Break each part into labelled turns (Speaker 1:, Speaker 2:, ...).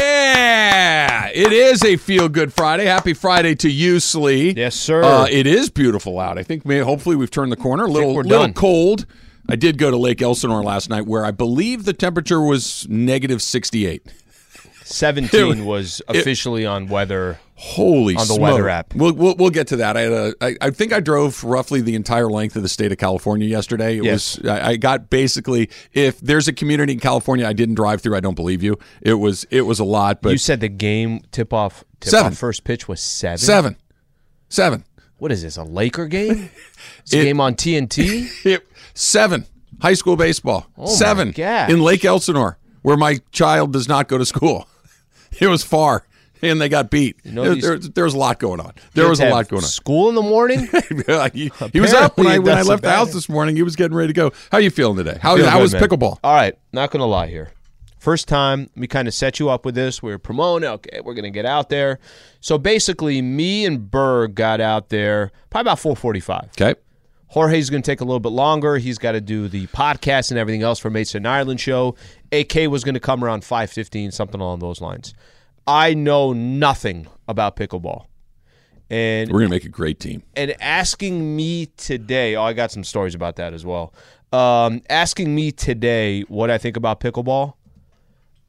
Speaker 1: Yeah, it is a feel good Friday. Happy Friday to you, Slee.
Speaker 2: Yes, sir.
Speaker 1: Uh, it is beautiful out. I think may, hopefully we've turned the corner. A little,
Speaker 2: we're
Speaker 1: little
Speaker 2: done.
Speaker 1: cold. I did go to Lake Elsinore last night, where I believe the temperature was negative sixty-eight.
Speaker 2: 17 was officially on weather.
Speaker 1: Holy
Speaker 2: On the
Speaker 1: smoke.
Speaker 2: weather app.
Speaker 1: We'll, we'll we'll get to that. I had a I, I think I drove roughly the entire length of the state of California yesterday. It
Speaker 2: Yes.
Speaker 1: was I, I got basically if there's a community in California I didn't drive through, I don't believe you. It was it was a lot, but
Speaker 2: You said the game tip off tip
Speaker 1: Seven.
Speaker 2: off first pitch was 7.
Speaker 1: seven, seven,
Speaker 2: What is this? A Laker game? It's a game on TNT?
Speaker 1: It- seven. High school baseball.
Speaker 2: Oh my
Speaker 1: Seven
Speaker 2: gosh.
Speaker 1: in Lake Elsinore, where my child does not go to school. It was far, and they got beat.
Speaker 2: know
Speaker 1: there,
Speaker 2: these-
Speaker 1: there- there was a lot going on. There was a
Speaker 2: Have
Speaker 1: lot going on.
Speaker 2: School in the morning?
Speaker 1: he, he was up when
Speaker 2: Apparently
Speaker 1: I,
Speaker 2: it
Speaker 1: when I
Speaker 2: doesn't
Speaker 1: left the house
Speaker 2: matter.
Speaker 1: this morning. He was getting ready to go. How you feeling today? How,
Speaker 2: Feel
Speaker 1: how
Speaker 2: good,
Speaker 1: was
Speaker 2: man.
Speaker 1: pickleball?
Speaker 2: All right, not gonna lie here. First time we kind of set you up with this. We were promoting. Okay, we're gonna get out there. So basically, me and Berg got out there probably about 4:45.
Speaker 1: Okay.
Speaker 2: Jorge's going to take a little bit longer. He's got to do the podcast and everything else for Mates in Ireland show. AK was going to come around 5:15, something along those lines. I know nothing about pickleball. And
Speaker 1: We're going to make a great team.
Speaker 2: and asking me today, oh, I got some stories about that as well. Um, asking me today what I think about pickleball,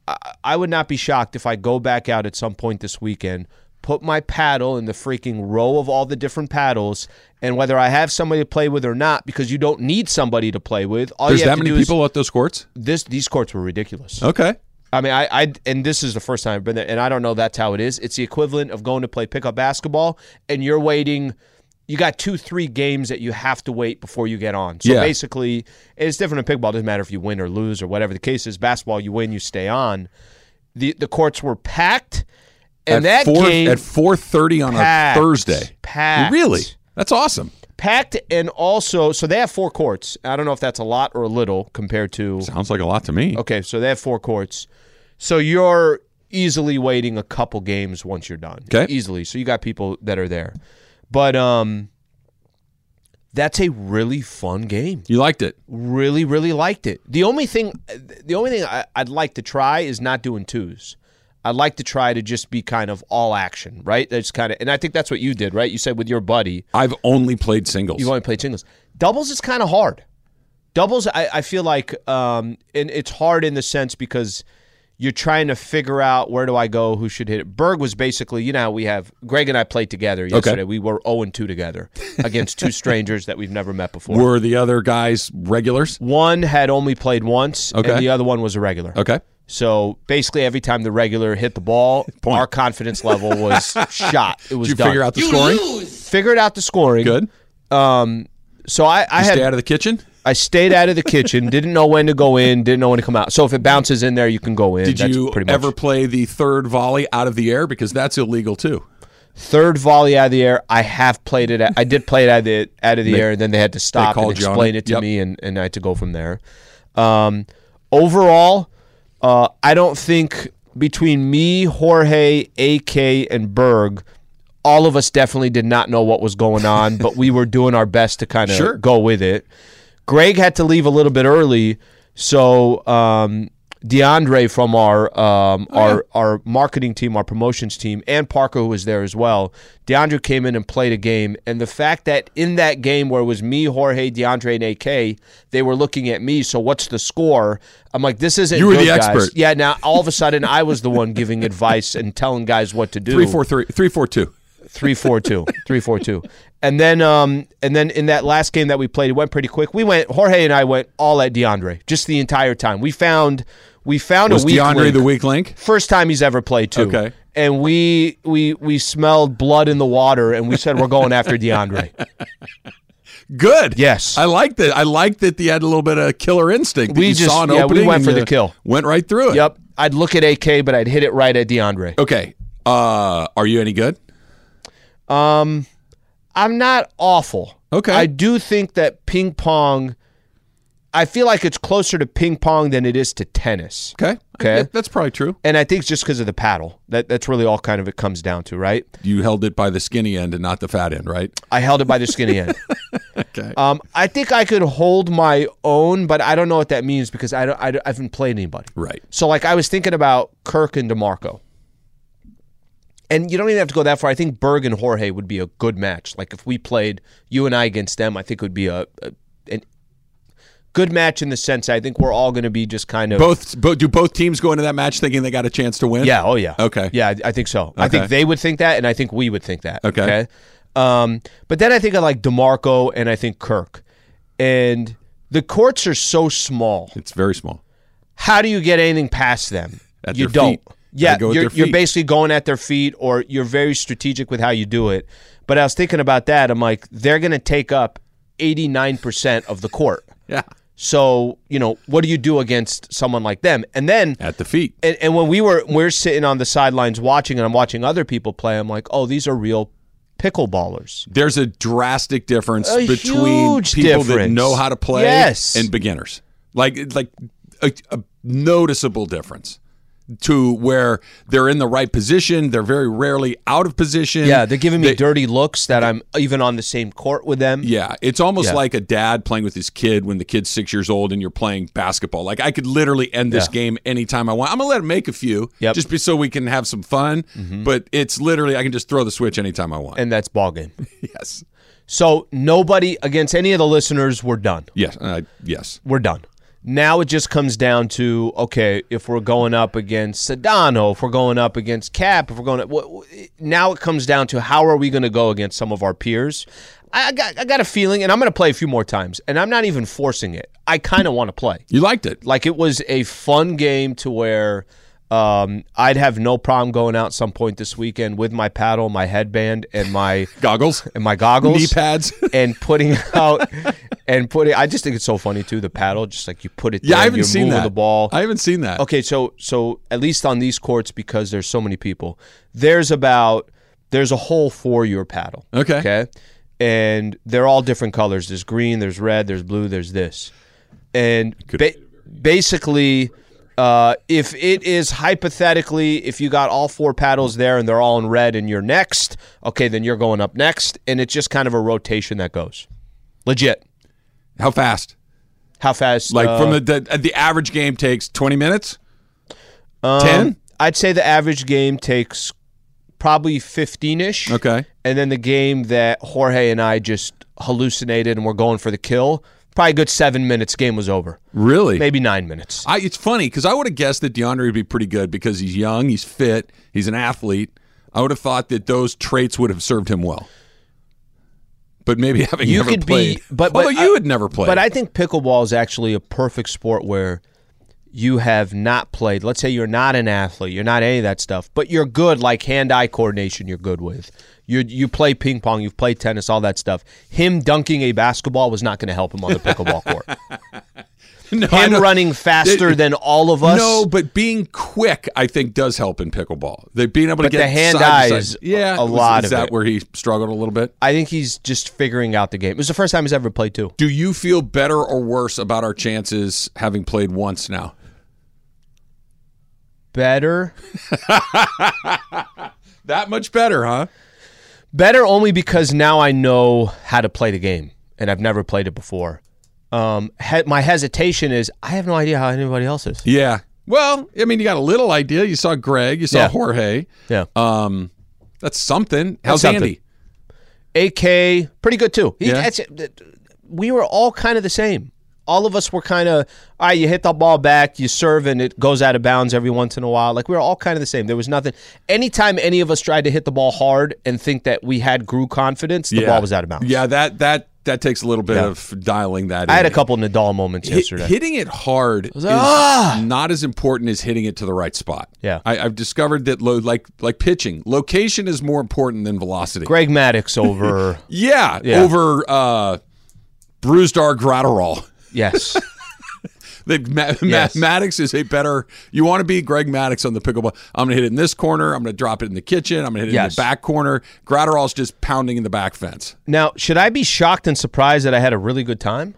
Speaker 2: I, I would not be shocked if I go back out at some point this weekend, put my paddle in the freaking row of all the different paddles, and whether I have somebody to play with or not, because you don't need somebody to play with. All
Speaker 1: There's
Speaker 2: you have
Speaker 1: that
Speaker 2: to
Speaker 1: many
Speaker 2: do
Speaker 1: people at those courts?
Speaker 2: is this. These courts were ridiculous.
Speaker 1: Okay.
Speaker 2: I mean, I, I and this is the first time I've been there, and I don't know that's how it is. It's the equivalent of going to play pickup basketball, and you're waiting. You got two, three games that you have to wait before you get on. So
Speaker 1: Yeah.
Speaker 2: basically, it's different in pickleball. It doesn't matter if you win or lose or whatever the case is. Basketball, you win, you stay on. the The courts were packed, and
Speaker 1: at
Speaker 2: that
Speaker 1: four,
Speaker 2: game
Speaker 1: at 4:30 on
Speaker 2: packed,
Speaker 1: a Thursday.
Speaker 2: packed.
Speaker 1: Really? That's awesome.
Speaker 2: packed, and also so they have four courts. I don't know if that's a lot or a little compared to
Speaker 1: Sounds like a lot to me.
Speaker 2: Okay, so they have four courts. So you're easily waiting a couple games once you're done.
Speaker 1: Okay.
Speaker 2: Easily. So you got people that are there. But um that's a really fun game.
Speaker 1: You liked it.
Speaker 2: Really, really liked it. The only thing the only thing I, I'd like to try is not doing twos. I'd like to try to just be kind of all action, right? That's kind of and I think that's what you did, right? You said with your buddy.
Speaker 1: I've only played singles.
Speaker 2: You've only played singles. Doubles is kind of hard. Doubles, I, I feel like, um, and it's hard in the sense because you're trying to figure out where do I go, who should hit it. Berg was basically, you know, how we have Greg and I played together yesterday. We were 0 and 2 together against two strangers that we've never met before.
Speaker 1: Were the other guys regulars?
Speaker 2: one had only played once,
Speaker 1: Okay.
Speaker 2: and the other one was a regular.
Speaker 1: Okay.
Speaker 2: So basically, every time the regular hit the ball, our confidence level was shot. It was
Speaker 1: Did you
Speaker 2: done.
Speaker 1: figure out the scoring?
Speaker 2: figured out the scoring.
Speaker 1: Good.
Speaker 2: So I, I had
Speaker 1: Stay out of the kitchen.
Speaker 2: I stayed out of the kitchen. Didn't know when to go in. Didn't know when to come out. So if it bounces in there, you can go in.
Speaker 1: Did
Speaker 2: That's
Speaker 1: you
Speaker 2: pretty much.
Speaker 1: ever play the third volley out of the air? Because that's illegal too.
Speaker 2: third volley out of the air? I have played it. I did play it out of the out of the air, and then they had to stop and
Speaker 1: called you on
Speaker 2: explain
Speaker 1: it.
Speaker 2: it to
Speaker 1: Yep.
Speaker 2: me, and, and I had to go from there. Um, overall, uh, I don't think between me, Jorge, AK, and Berg. All of us definitely did not know what was going on, but we were doing our best to kind of
Speaker 1: Sure.
Speaker 2: go with it. Greg had to leave a little bit early, so um, DeAndre from our um,
Speaker 1: Oh,
Speaker 2: our our marketing team, our promotions team, and Parker who was there as well. DeAndre came in and played a game, and the fact that in that game where it was me, Jorge, DeAndre, and AK, they were looking at me. So what's the score? I'm like, this isn't
Speaker 1: You were
Speaker 2: good,
Speaker 1: the
Speaker 2: guys.
Speaker 1: expert.
Speaker 2: Yeah. Now all of a sudden, I was the one giving advice and telling guys what to do
Speaker 1: Three four three three four two.
Speaker 2: three four two three four two and then um and then in that last game that we played it went pretty quick we went jorge and i went all at deandre just the entire time we found we found
Speaker 1: Was
Speaker 2: a weak
Speaker 1: DeAndre
Speaker 2: link.
Speaker 1: the weak link?
Speaker 2: first time he's ever played too
Speaker 1: Okay.
Speaker 2: and we we we smelled blood in the water and we said we're going after deandre
Speaker 1: Good.
Speaker 2: Yes.
Speaker 1: I like that. I like that he had a little bit of killer instinct. that
Speaker 2: We
Speaker 1: you
Speaker 2: just-
Speaker 1: saw an
Speaker 2: yeah, we
Speaker 1: opening
Speaker 2: went
Speaker 1: and
Speaker 2: for
Speaker 1: you
Speaker 2: the kill.
Speaker 1: Went right through it.
Speaker 2: yep i'd look at ak but i'd hit it right at deandre
Speaker 1: Okay. Uh, are you any good?
Speaker 2: I'm not awful.
Speaker 1: Okay.
Speaker 2: I do think that ping pong. I feel like it's closer to ping pong than it is to tennis.
Speaker 1: Okay.
Speaker 2: Okay.
Speaker 1: That- that's probably true.
Speaker 2: And I think it's just because of the paddle. That that's really all kind of it comes down to, right?
Speaker 1: You held it by the skinny end and not the fat end, right? Uh,
Speaker 2: I held it by the skinny end.
Speaker 1: Okay.
Speaker 2: Um, I think I could hold my own, but I don't know what that means because I don't. I, don't- I haven't played anybody.
Speaker 1: Right.
Speaker 2: So like I was thinking about Kirk and DeMarco. And you don't even have to go that far. I think Berg and Jorge would be a good match. Like if we played you and I against them, I think it would be a, a an good match in the sense I think we're all going to be just kind of
Speaker 1: Both, both do both teams go into that match thinking they got a chance to win?
Speaker 2: yeah, oh yeah.
Speaker 1: Okay.
Speaker 2: Yeah, I- I think so. I think
Speaker 1: Okay.
Speaker 2: they would think that and I think we would think that.
Speaker 1: Okay.
Speaker 2: Um but then I think I like DeMarco and I think Kirk. And the courts are so small.
Speaker 1: It's very small.
Speaker 2: how do you get anything past them?
Speaker 1: At
Speaker 2: you
Speaker 1: their
Speaker 2: don't.
Speaker 1: feet.
Speaker 2: Yeah,
Speaker 1: Gotta go at
Speaker 2: you're,
Speaker 1: their
Speaker 2: you're
Speaker 1: feet.
Speaker 2: basically going at their feet, or you're very strategic with how you do it. But I was thinking about that. I'm like, they're going to take up 89% of the court.
Speaker 1: Yeah.
Speaker 2: So, you know, what do you do against someone like them? And then
Speaker 1: At the feet.
Speaker 2: and, and when we were we're sitting on the sidelines watching and I'm watching other people play, I'm like, "Oh, these are real pickleballers."
Speaker 1: There's a drastic difference
Speaker 2: A
Speaker 1: between people
Speaker 2: huge
Speaker 1: that
Speaker 2: difference.
Speaker 1: know how to play
Speaker 2: Yes.
Speaker 1: and beginners. Like like a, a noticeable difference to where they're in the right position, they're very rarely out of position.
Speaker 2: Yeah, they're giving me
Speaker 1: They-
Speaker 2: dirty looks that I'm even on the same court with them.
Speaker 1: Yeah, it's almost
Speaker 2: Yeah.
Speaker 1: like a dad playing with his kid when the kid's six years old and you're playing basketball. Like I could literally end this
Speaker 2: Yeah.
Speaker 1: game anytime I want. I'm gonna let him make a few,
Speaker 2: Yep. Mm-hmm.
Speaker 1: just be, so we can have some fun. But it's literally I can just throw the switch anytime I want.
Speaker 2: And that's ball game.
Speaker 1: yes,
Speaker 2: So nobody against any of the listeners, we're done.
Speaker 1: yes, uh, yes.
Speaker 2: We're done. Now it just comes down to okay, if we're going up against Sedano, if we're going up against Cap, if we're going, what, what- now it comes down to how are we going to go against some of our peers. I I got, I got a feeling, and I'm going to play a few more times, and I'm not even forcing it. I kind of want to play.
Speaker 1: You liked it.
Speaker 2: Like it was a fun game to where um, I'd have no problem going out some point this weekend with my paddle, my headband, and my
Speaker 1: Goggles,
Speaker 2: and my goggles
Speaker 1: knee pads.
Speaker 2: and putting out and putting. I just think it's so funny too. The paddle, just like you put it.
Speaker 1: yeah,
Speaker 2: there,
Speaker 1: I haven't
Speaker 2: you're
Speaker 1: seen
Speaker 2: moving
Speaker 1: that.
Speaker 2: The ball.
Speaker 1: I haven't seen that.
Speaker 2: okay, so so at least on these courts, because there's so many people, there's about there's a hole for your paddle.
Speaker 1: Okay.
Speaker 2: Okay. And they're all different colors. There's green. There's red. There's blue. There's this. And ba- basically. Uh, if it is hypothetically, if you got all four paddles there and they're all in red and you're next, okay, then you're going up next. And it's just kind of a rotation that goes. Legit.
Speaker 1: How fast?
Speaker 2: How fast?
Speaker 1: Like
Speaker 2: uh,
Speaker 1: from the, the the average game takes 20 minutes. Ten.
Speaker 2: uh, I'd say the average game takes probably 15 ish.
Speaker 1: Okay.
Speaker 2: And then the game that Jorge and I just hallucinated and we're going for the kill, probably a good seven minutes, game was over.
Speaker 1: Really?
Speaker 2: Maybe nine minutes.
Speaker 1: I, it's funny because I would have guessed that DeAndre would be pretty good because he's young, he's fit, he's an athlete. I would have thought that those traits would have served him well. But maybe having
Speaker 2: You
Speaker 1: never
Speaker 2: could
Speaker 1: played,
Speaker 2: be, but, but
Speaker 1: although you
Speaker 2: I-
Speaker 1: had never played,
Speaker 2: But I think pickleball is actually a perfect sport where you have not played. Let's say you're not an athlete, you're not any of that stuff, but you're good like hand-eye coordination. You're good with. You you play ping pong, you've played tennis, all that stuff. Him dunking a basketball was not going to help him on the pickleball court.
Speaker 1: no, I
Speaker 2: Him
Speaker 1: don't-
Speaker 2: running faster
Speaker 1: It-
Speaker 2: than all of us.
Speaker 1: No, but being quick, I think, does help in pickleball. They being able to
Speaker 2: But
Speaker 1: get
Speaker 2: the hand
Speaker 1: side to
Speaker 2: eye
Speaker 1: side.
Speaker 2: is
Speaker 1: yeah,
Speaker 2: a
Speaker 1: was-
Speaker 2: lot
Speaker 1: Is
Speaker 2: of
Speaker 1: that
Speaker 2: it.
Speaker 1: where he struggled a little bit?
Speaker 2: I think he's just figuring out the game. It was the first time he's ever played too.
Speaker 1: Do you feel better or worse about our chances having played once now?
Speaker 2: Better,
Speaker 1: That much better, huh?
Speaker 2: better only because now I know how to play the game, and I've never played it before. Um, he- my hesitation is I have no idea how anybody else is.
Speaker 1: Yeah. Well, I mean, you got a little idea. You saw Greg, you saw
Speaker 2: Yeah.
Speaker 1: Jorge.
Speaker 2: Yeah, Uh,
Speaker 1: Um, that's something. How's
Speaker 2: something.
Speaker 1: Andy?
Speaker 2: AK pretty good too. He,
Speaker 1: Yeah.
Speaker 2: that's- we were all kind of the same. All of us were kind of all right. You hit the ball back, you serve, and it goes out of bounds every once in a while. Like we were all kind of the same. There was nothing. Anytime any of us tried to hit the ball hard and think that we had grew confidence, the ball was out of bounds.
Speaker 1: Yeah, that that that takes a little bit of dialing that.
Speaker 2: I
Speaker 1: in.
Speaker 2: had a couple Nadal moments
Speaker 1: Hit-
Speaker 2: yesterday.
Speaker 1: hitting it hard is
Speaker 2: "Ah!"
Speaker 1: not as important as hitting it to the right spot.
Speaker 2: Yeah.
Speaker 1: I, I've discovered that lo- like like pitching, location is more important than velocity.
Speaker 2: Greg Maddox over.
Speaker 1: Yeah,
Speaker 2: Yeah.
Speaker 1: over uh, bruised our Gratterall.
Speaker 2: yes.
Speaker 1: That Ma-
Speaker 2: Yes.
Speaker 1: Ma- Maddox is a better. You want to be Greg Maddox on the pickleball. I'm going to hit it in this corner. I'm going to drop it in the kitchen. I'm going to hit it in
Speaker 2: Yes.
Speaker 1: the back corner. Gratterall's just pounding in the back fence.
Speaker 2: Now, should I be shocked and surprised that I had a really good time?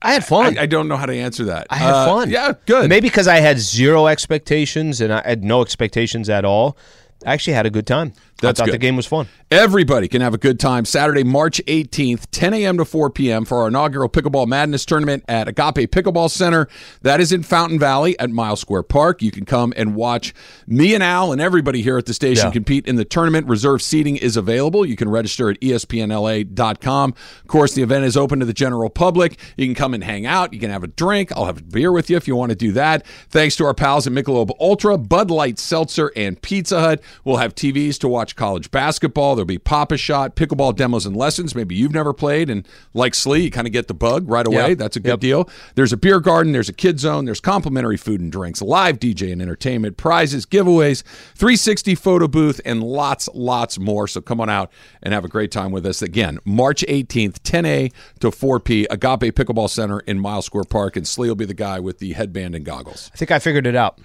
Speaker 2: I had fun.
Speaker 1: I, I don't know how to answer that.
Speaker 2: I had
Speaker 1: Uh,
Speaker 2: fun.
Speaker 1: Yeah, good.
Speaker 2: Maybe because I had zero expectations and I had no expectations at all. I actually had a good time.
Speaker 1: That's
Speaker 2: I thought
Speaker 1: good.
Speaker 2: the game was fun.
Speaker 1: Everybody can have a good time Saturday, March 18th, 10 a.m. to 4 p.m. for our inaugural Pickleball Madness tournament at Agape Pickleball Center. That is in Fountain Valley at Mile Square Park. You can come and watch me and Al and everybody here at the station
Speaker 2: Yeah.
Speaker 1: compete in the tournament. Reserve seating is available. You can register at E espnla.com. Of course, the event is open to the general public. You can come and hang out. You can have a drink. I'll have a beer with you if you want to do that. Thanks to our pals at Michelob Ultra, Bud Light Seltzer, and Pizza Hut. We'll have TVs to watch college basketball. There'll be Papa Shot, pickleball demos and lessons. Maybe you've never played, and like Slee, you kind of get the bug right away.
Speaker 2: Yep.
Speaker 1: That's a good deal. There's a beer garden, there's a kid zone, there's complimentary food and drinks, live DJ and entertainment, prizes, giveaways, 360 photo booth, and lots, lots more. So come on out and have a great time with us. Again, March 18th, 10 a to 4 p, Agape Pickleball Center in Mile Square Park, and Slee will be the guy with the headband and goggles.
Speaker 2: I think I figured it out.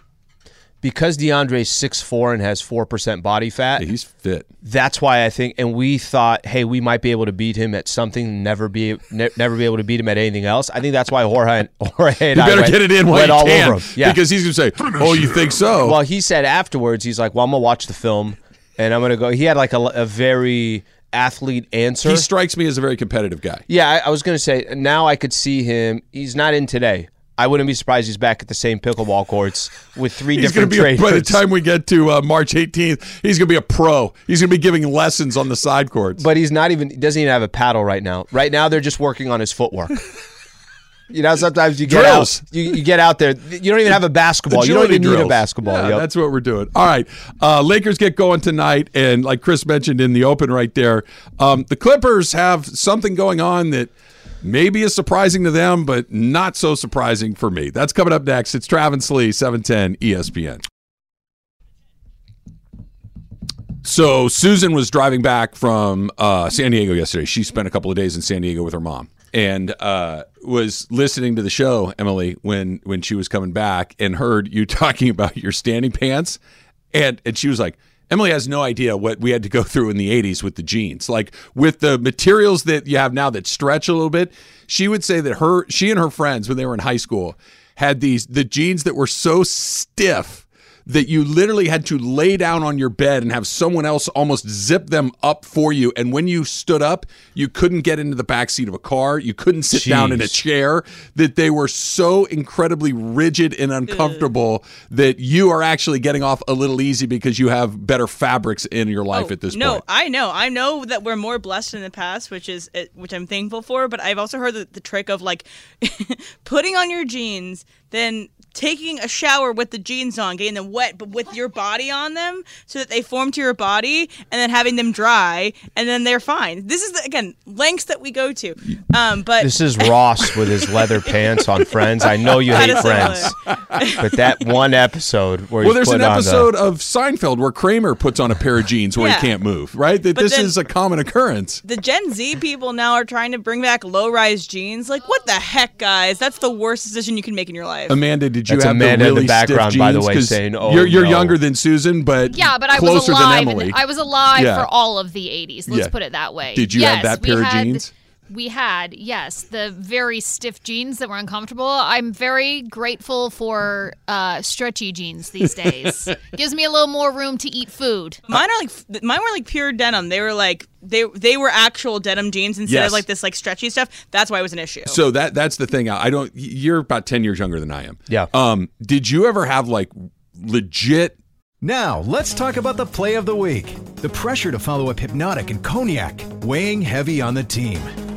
Speaker 2: Because DeAndre's 6'4 and has 4% body fat,
Speaker 1: He's fit.
Speaker 2: that's why I think, and we thought, hey, we might be able to beat him at something, never be ne- never be able to beat him at anything else. I think that's why Jorge and, Jorge and
Speaker 1: You
Speaker 2: I
Speaker 1: better
Speaker 2: went-
Speaker 1: get it in while
Speaker 2: went
Speaker 1: you
Speaker 2: all
Speaker 1: can,
Speaker 2: over him. Yeah.
Speaker 1: because he's going to say, oh, you think so?
Speaker 2: well, he said afterwards, he's like, well, I'm going to watch the film and I'm going to go. He had like a, a very athlete answer.
Speaker 1: he strikes me as a very competitive guy.
Speaker 2: yeah, I, I was going to say, now I could see him. He's not in today. I wouldn't be surprised he's back at the same pickleball courts with three
Speaker 1: He's going
Speaker 2: different
Speaker 1: to be a, by the
Speaker 2: trainers.
Speaker 1: time we get to uh, March 18th, he's going to be a pro. He's going to be giving lessons on the side courts.
Speaker 2: But he's not even he doesn't even have a paddle right now. Right now they're just working on his footwork. you know, sometimes you get
Speaker 1: Drills.
Speaker 2: out you, you get out there. You don't even have a basketball. You don't
Speaker 1: Agility
Speaker 2: even need a
Speaker 1: drills.
Speaker 2: basketball.
Speaker 1: Yeah,
Speaker 2: yep.
Speaker 1: That's what we're doing. All right. Uh, Lakers get going tonight. And like Chris mentioned in the open right there, um, the Clippers have something going on that maybe is surprising to them, but not so surprising for me. That's coming up next. It's Travis Lee, E 710 ESPN. So Susan was driving back from uh, San Diego yesterday. She spent a couple of days in San Diego with her mom and uh, was listening to the show, Emily, when when she was coming back and heard you talking about your standing pants, and and she was like. Emily has no idea what we had to go through in the 80s with the jeans. Like with the materials that you have now that stretch a little bit, she would say that her she and her friends when they were in high school had these the jeans that were so stiff that you literally had to lay down on your bed and have someone else almost zip them up for you. And when you stood up, you couldn't get into the back seat of a car. You couldn't sit down in a
Speaker 2: Jeez.
Speaker 1: chair. That they were so incredibly rigid and uncomfortable that you are actually getting off a little easy because you have better fabrics in your life
Speaker 3: Oh,
Speaker 1: at this
Speaker 3: no,
Speaker 1: point.
Speaker 3: I know. I know that we're more blessed in the past, which is it- which I'm thankful for. But I've also heard the, the trick of like putting on your jeans, then taking a shower with the jeans on, getting them wet, but with your body on them, so that they form to your body, and then having them dry, and then they're fine. This is the, again lengths that we go to. Um, but
Speaker 2: This is Ross with his leather pants on Friends. I know you
Speaker 3: That
Speaker 2: hate
Speaker 3: is so
Speaker 2: Friends, but that one episode
Speaker 1: Well,
Speaker 2: where he's
Speaker 1: there's an
Speaker 2: putting on the-
Speaker 1: episode of Seinfeld where Kramer puts on a pair of jeans where
Speaker 3: Yeah.
Speaker 1: he can't move, right? That this
Speaker 3: then-
Speaker 1: is a common occurrence.
Speaker 3: the Gen Z people now are trying to bring back low-rise jeans. Like, what the heck, guys? That's the worst decision you can make in your life.
Speaker 1: Amanda, did you
Speaker 2: That's
Speaker 1: have
Speaker 2: Amanda
Speaker 1: the
Speaker 2: in the
Speaker 1: really stiff
Speaker 2: background, by the
Speaker 1: jeans?
Speaker 2: way,
Speaker 1: 'Cause
Speaker 2: saying, "Oh,
Speaker 1: you're, you're
Speaker 2: no."
Speaker 1: younger than Susan, but
Speaker 4: Yeah, but I was
Speaker 1: closer
Speaker 4: alive.
Speaker 1: than Emily."
Speaker 4: and I was alive
Speaker 1: Yeah.
Speaker 4: for all of the 80s. Let's
Speaker 1: Yeah.
Speaker 4: put it that way.
Speaker 1: Did you have
Speaker 4: yes,
Speaker 1: that
Speaker 4: we
Speaker 1: pair of
Speaker 4: had-
Speaker 1: jeans?
Speaker 4: We had, yes, the very stiff jeans that were uncomfortable. I'm very grateful for uh, stretchy jeans these days. Gives me a little more room to eat food.
Speaker 1: Uh,
Speaker 3: Mine are like f- mine were like pure denim. They were like they they were actual denim jeans instead
Speaker 1: Yes.
Speaker 3: of like this like stretchy stuff. That's why it was an issue.
Speaker 1: So that that's the thing. I I don't. You're about ten years younger than I am.
Speaker 2: Yeah.
Speaker 1: Um. Did you ever have like legit?
Speaker 5: Now, let's talk about the play of the week. The pressure to follow up Hypnotic and Cognac, weighing heavy on the team.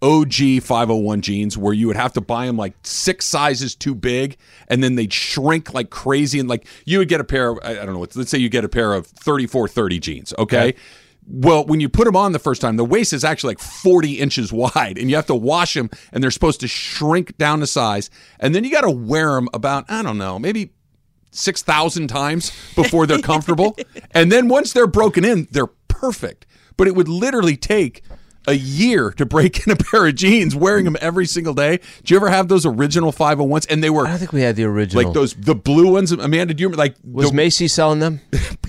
Speaker 1: OG 501 jeans where you would have to buy them like six sizes too big and then they'd shrink like crazy. And like you would get a pair of, I I don't know, let's say you get a pair of 3430 jeans, okay? Well, when you put them on the first time, the waist is actually like 40 inches wide and you have to wash them and they're supposed to shrink down to size. And then you got to wear them about, I don't know, maybe 6,000 times before they're comfortable. and then once they're broken in, they're perfect. But it would literally take a year to break in a pair of jeans wearing them every single day. Do you ever have those original 501s? And they were
Speaker 2: I don't think we had the original.
Speaker 1: like those, the blue ones. Amanda, do you remember? Like,
Speaker 2: Was
Speaker 1: the-
Speaker 2: Macy's selling them?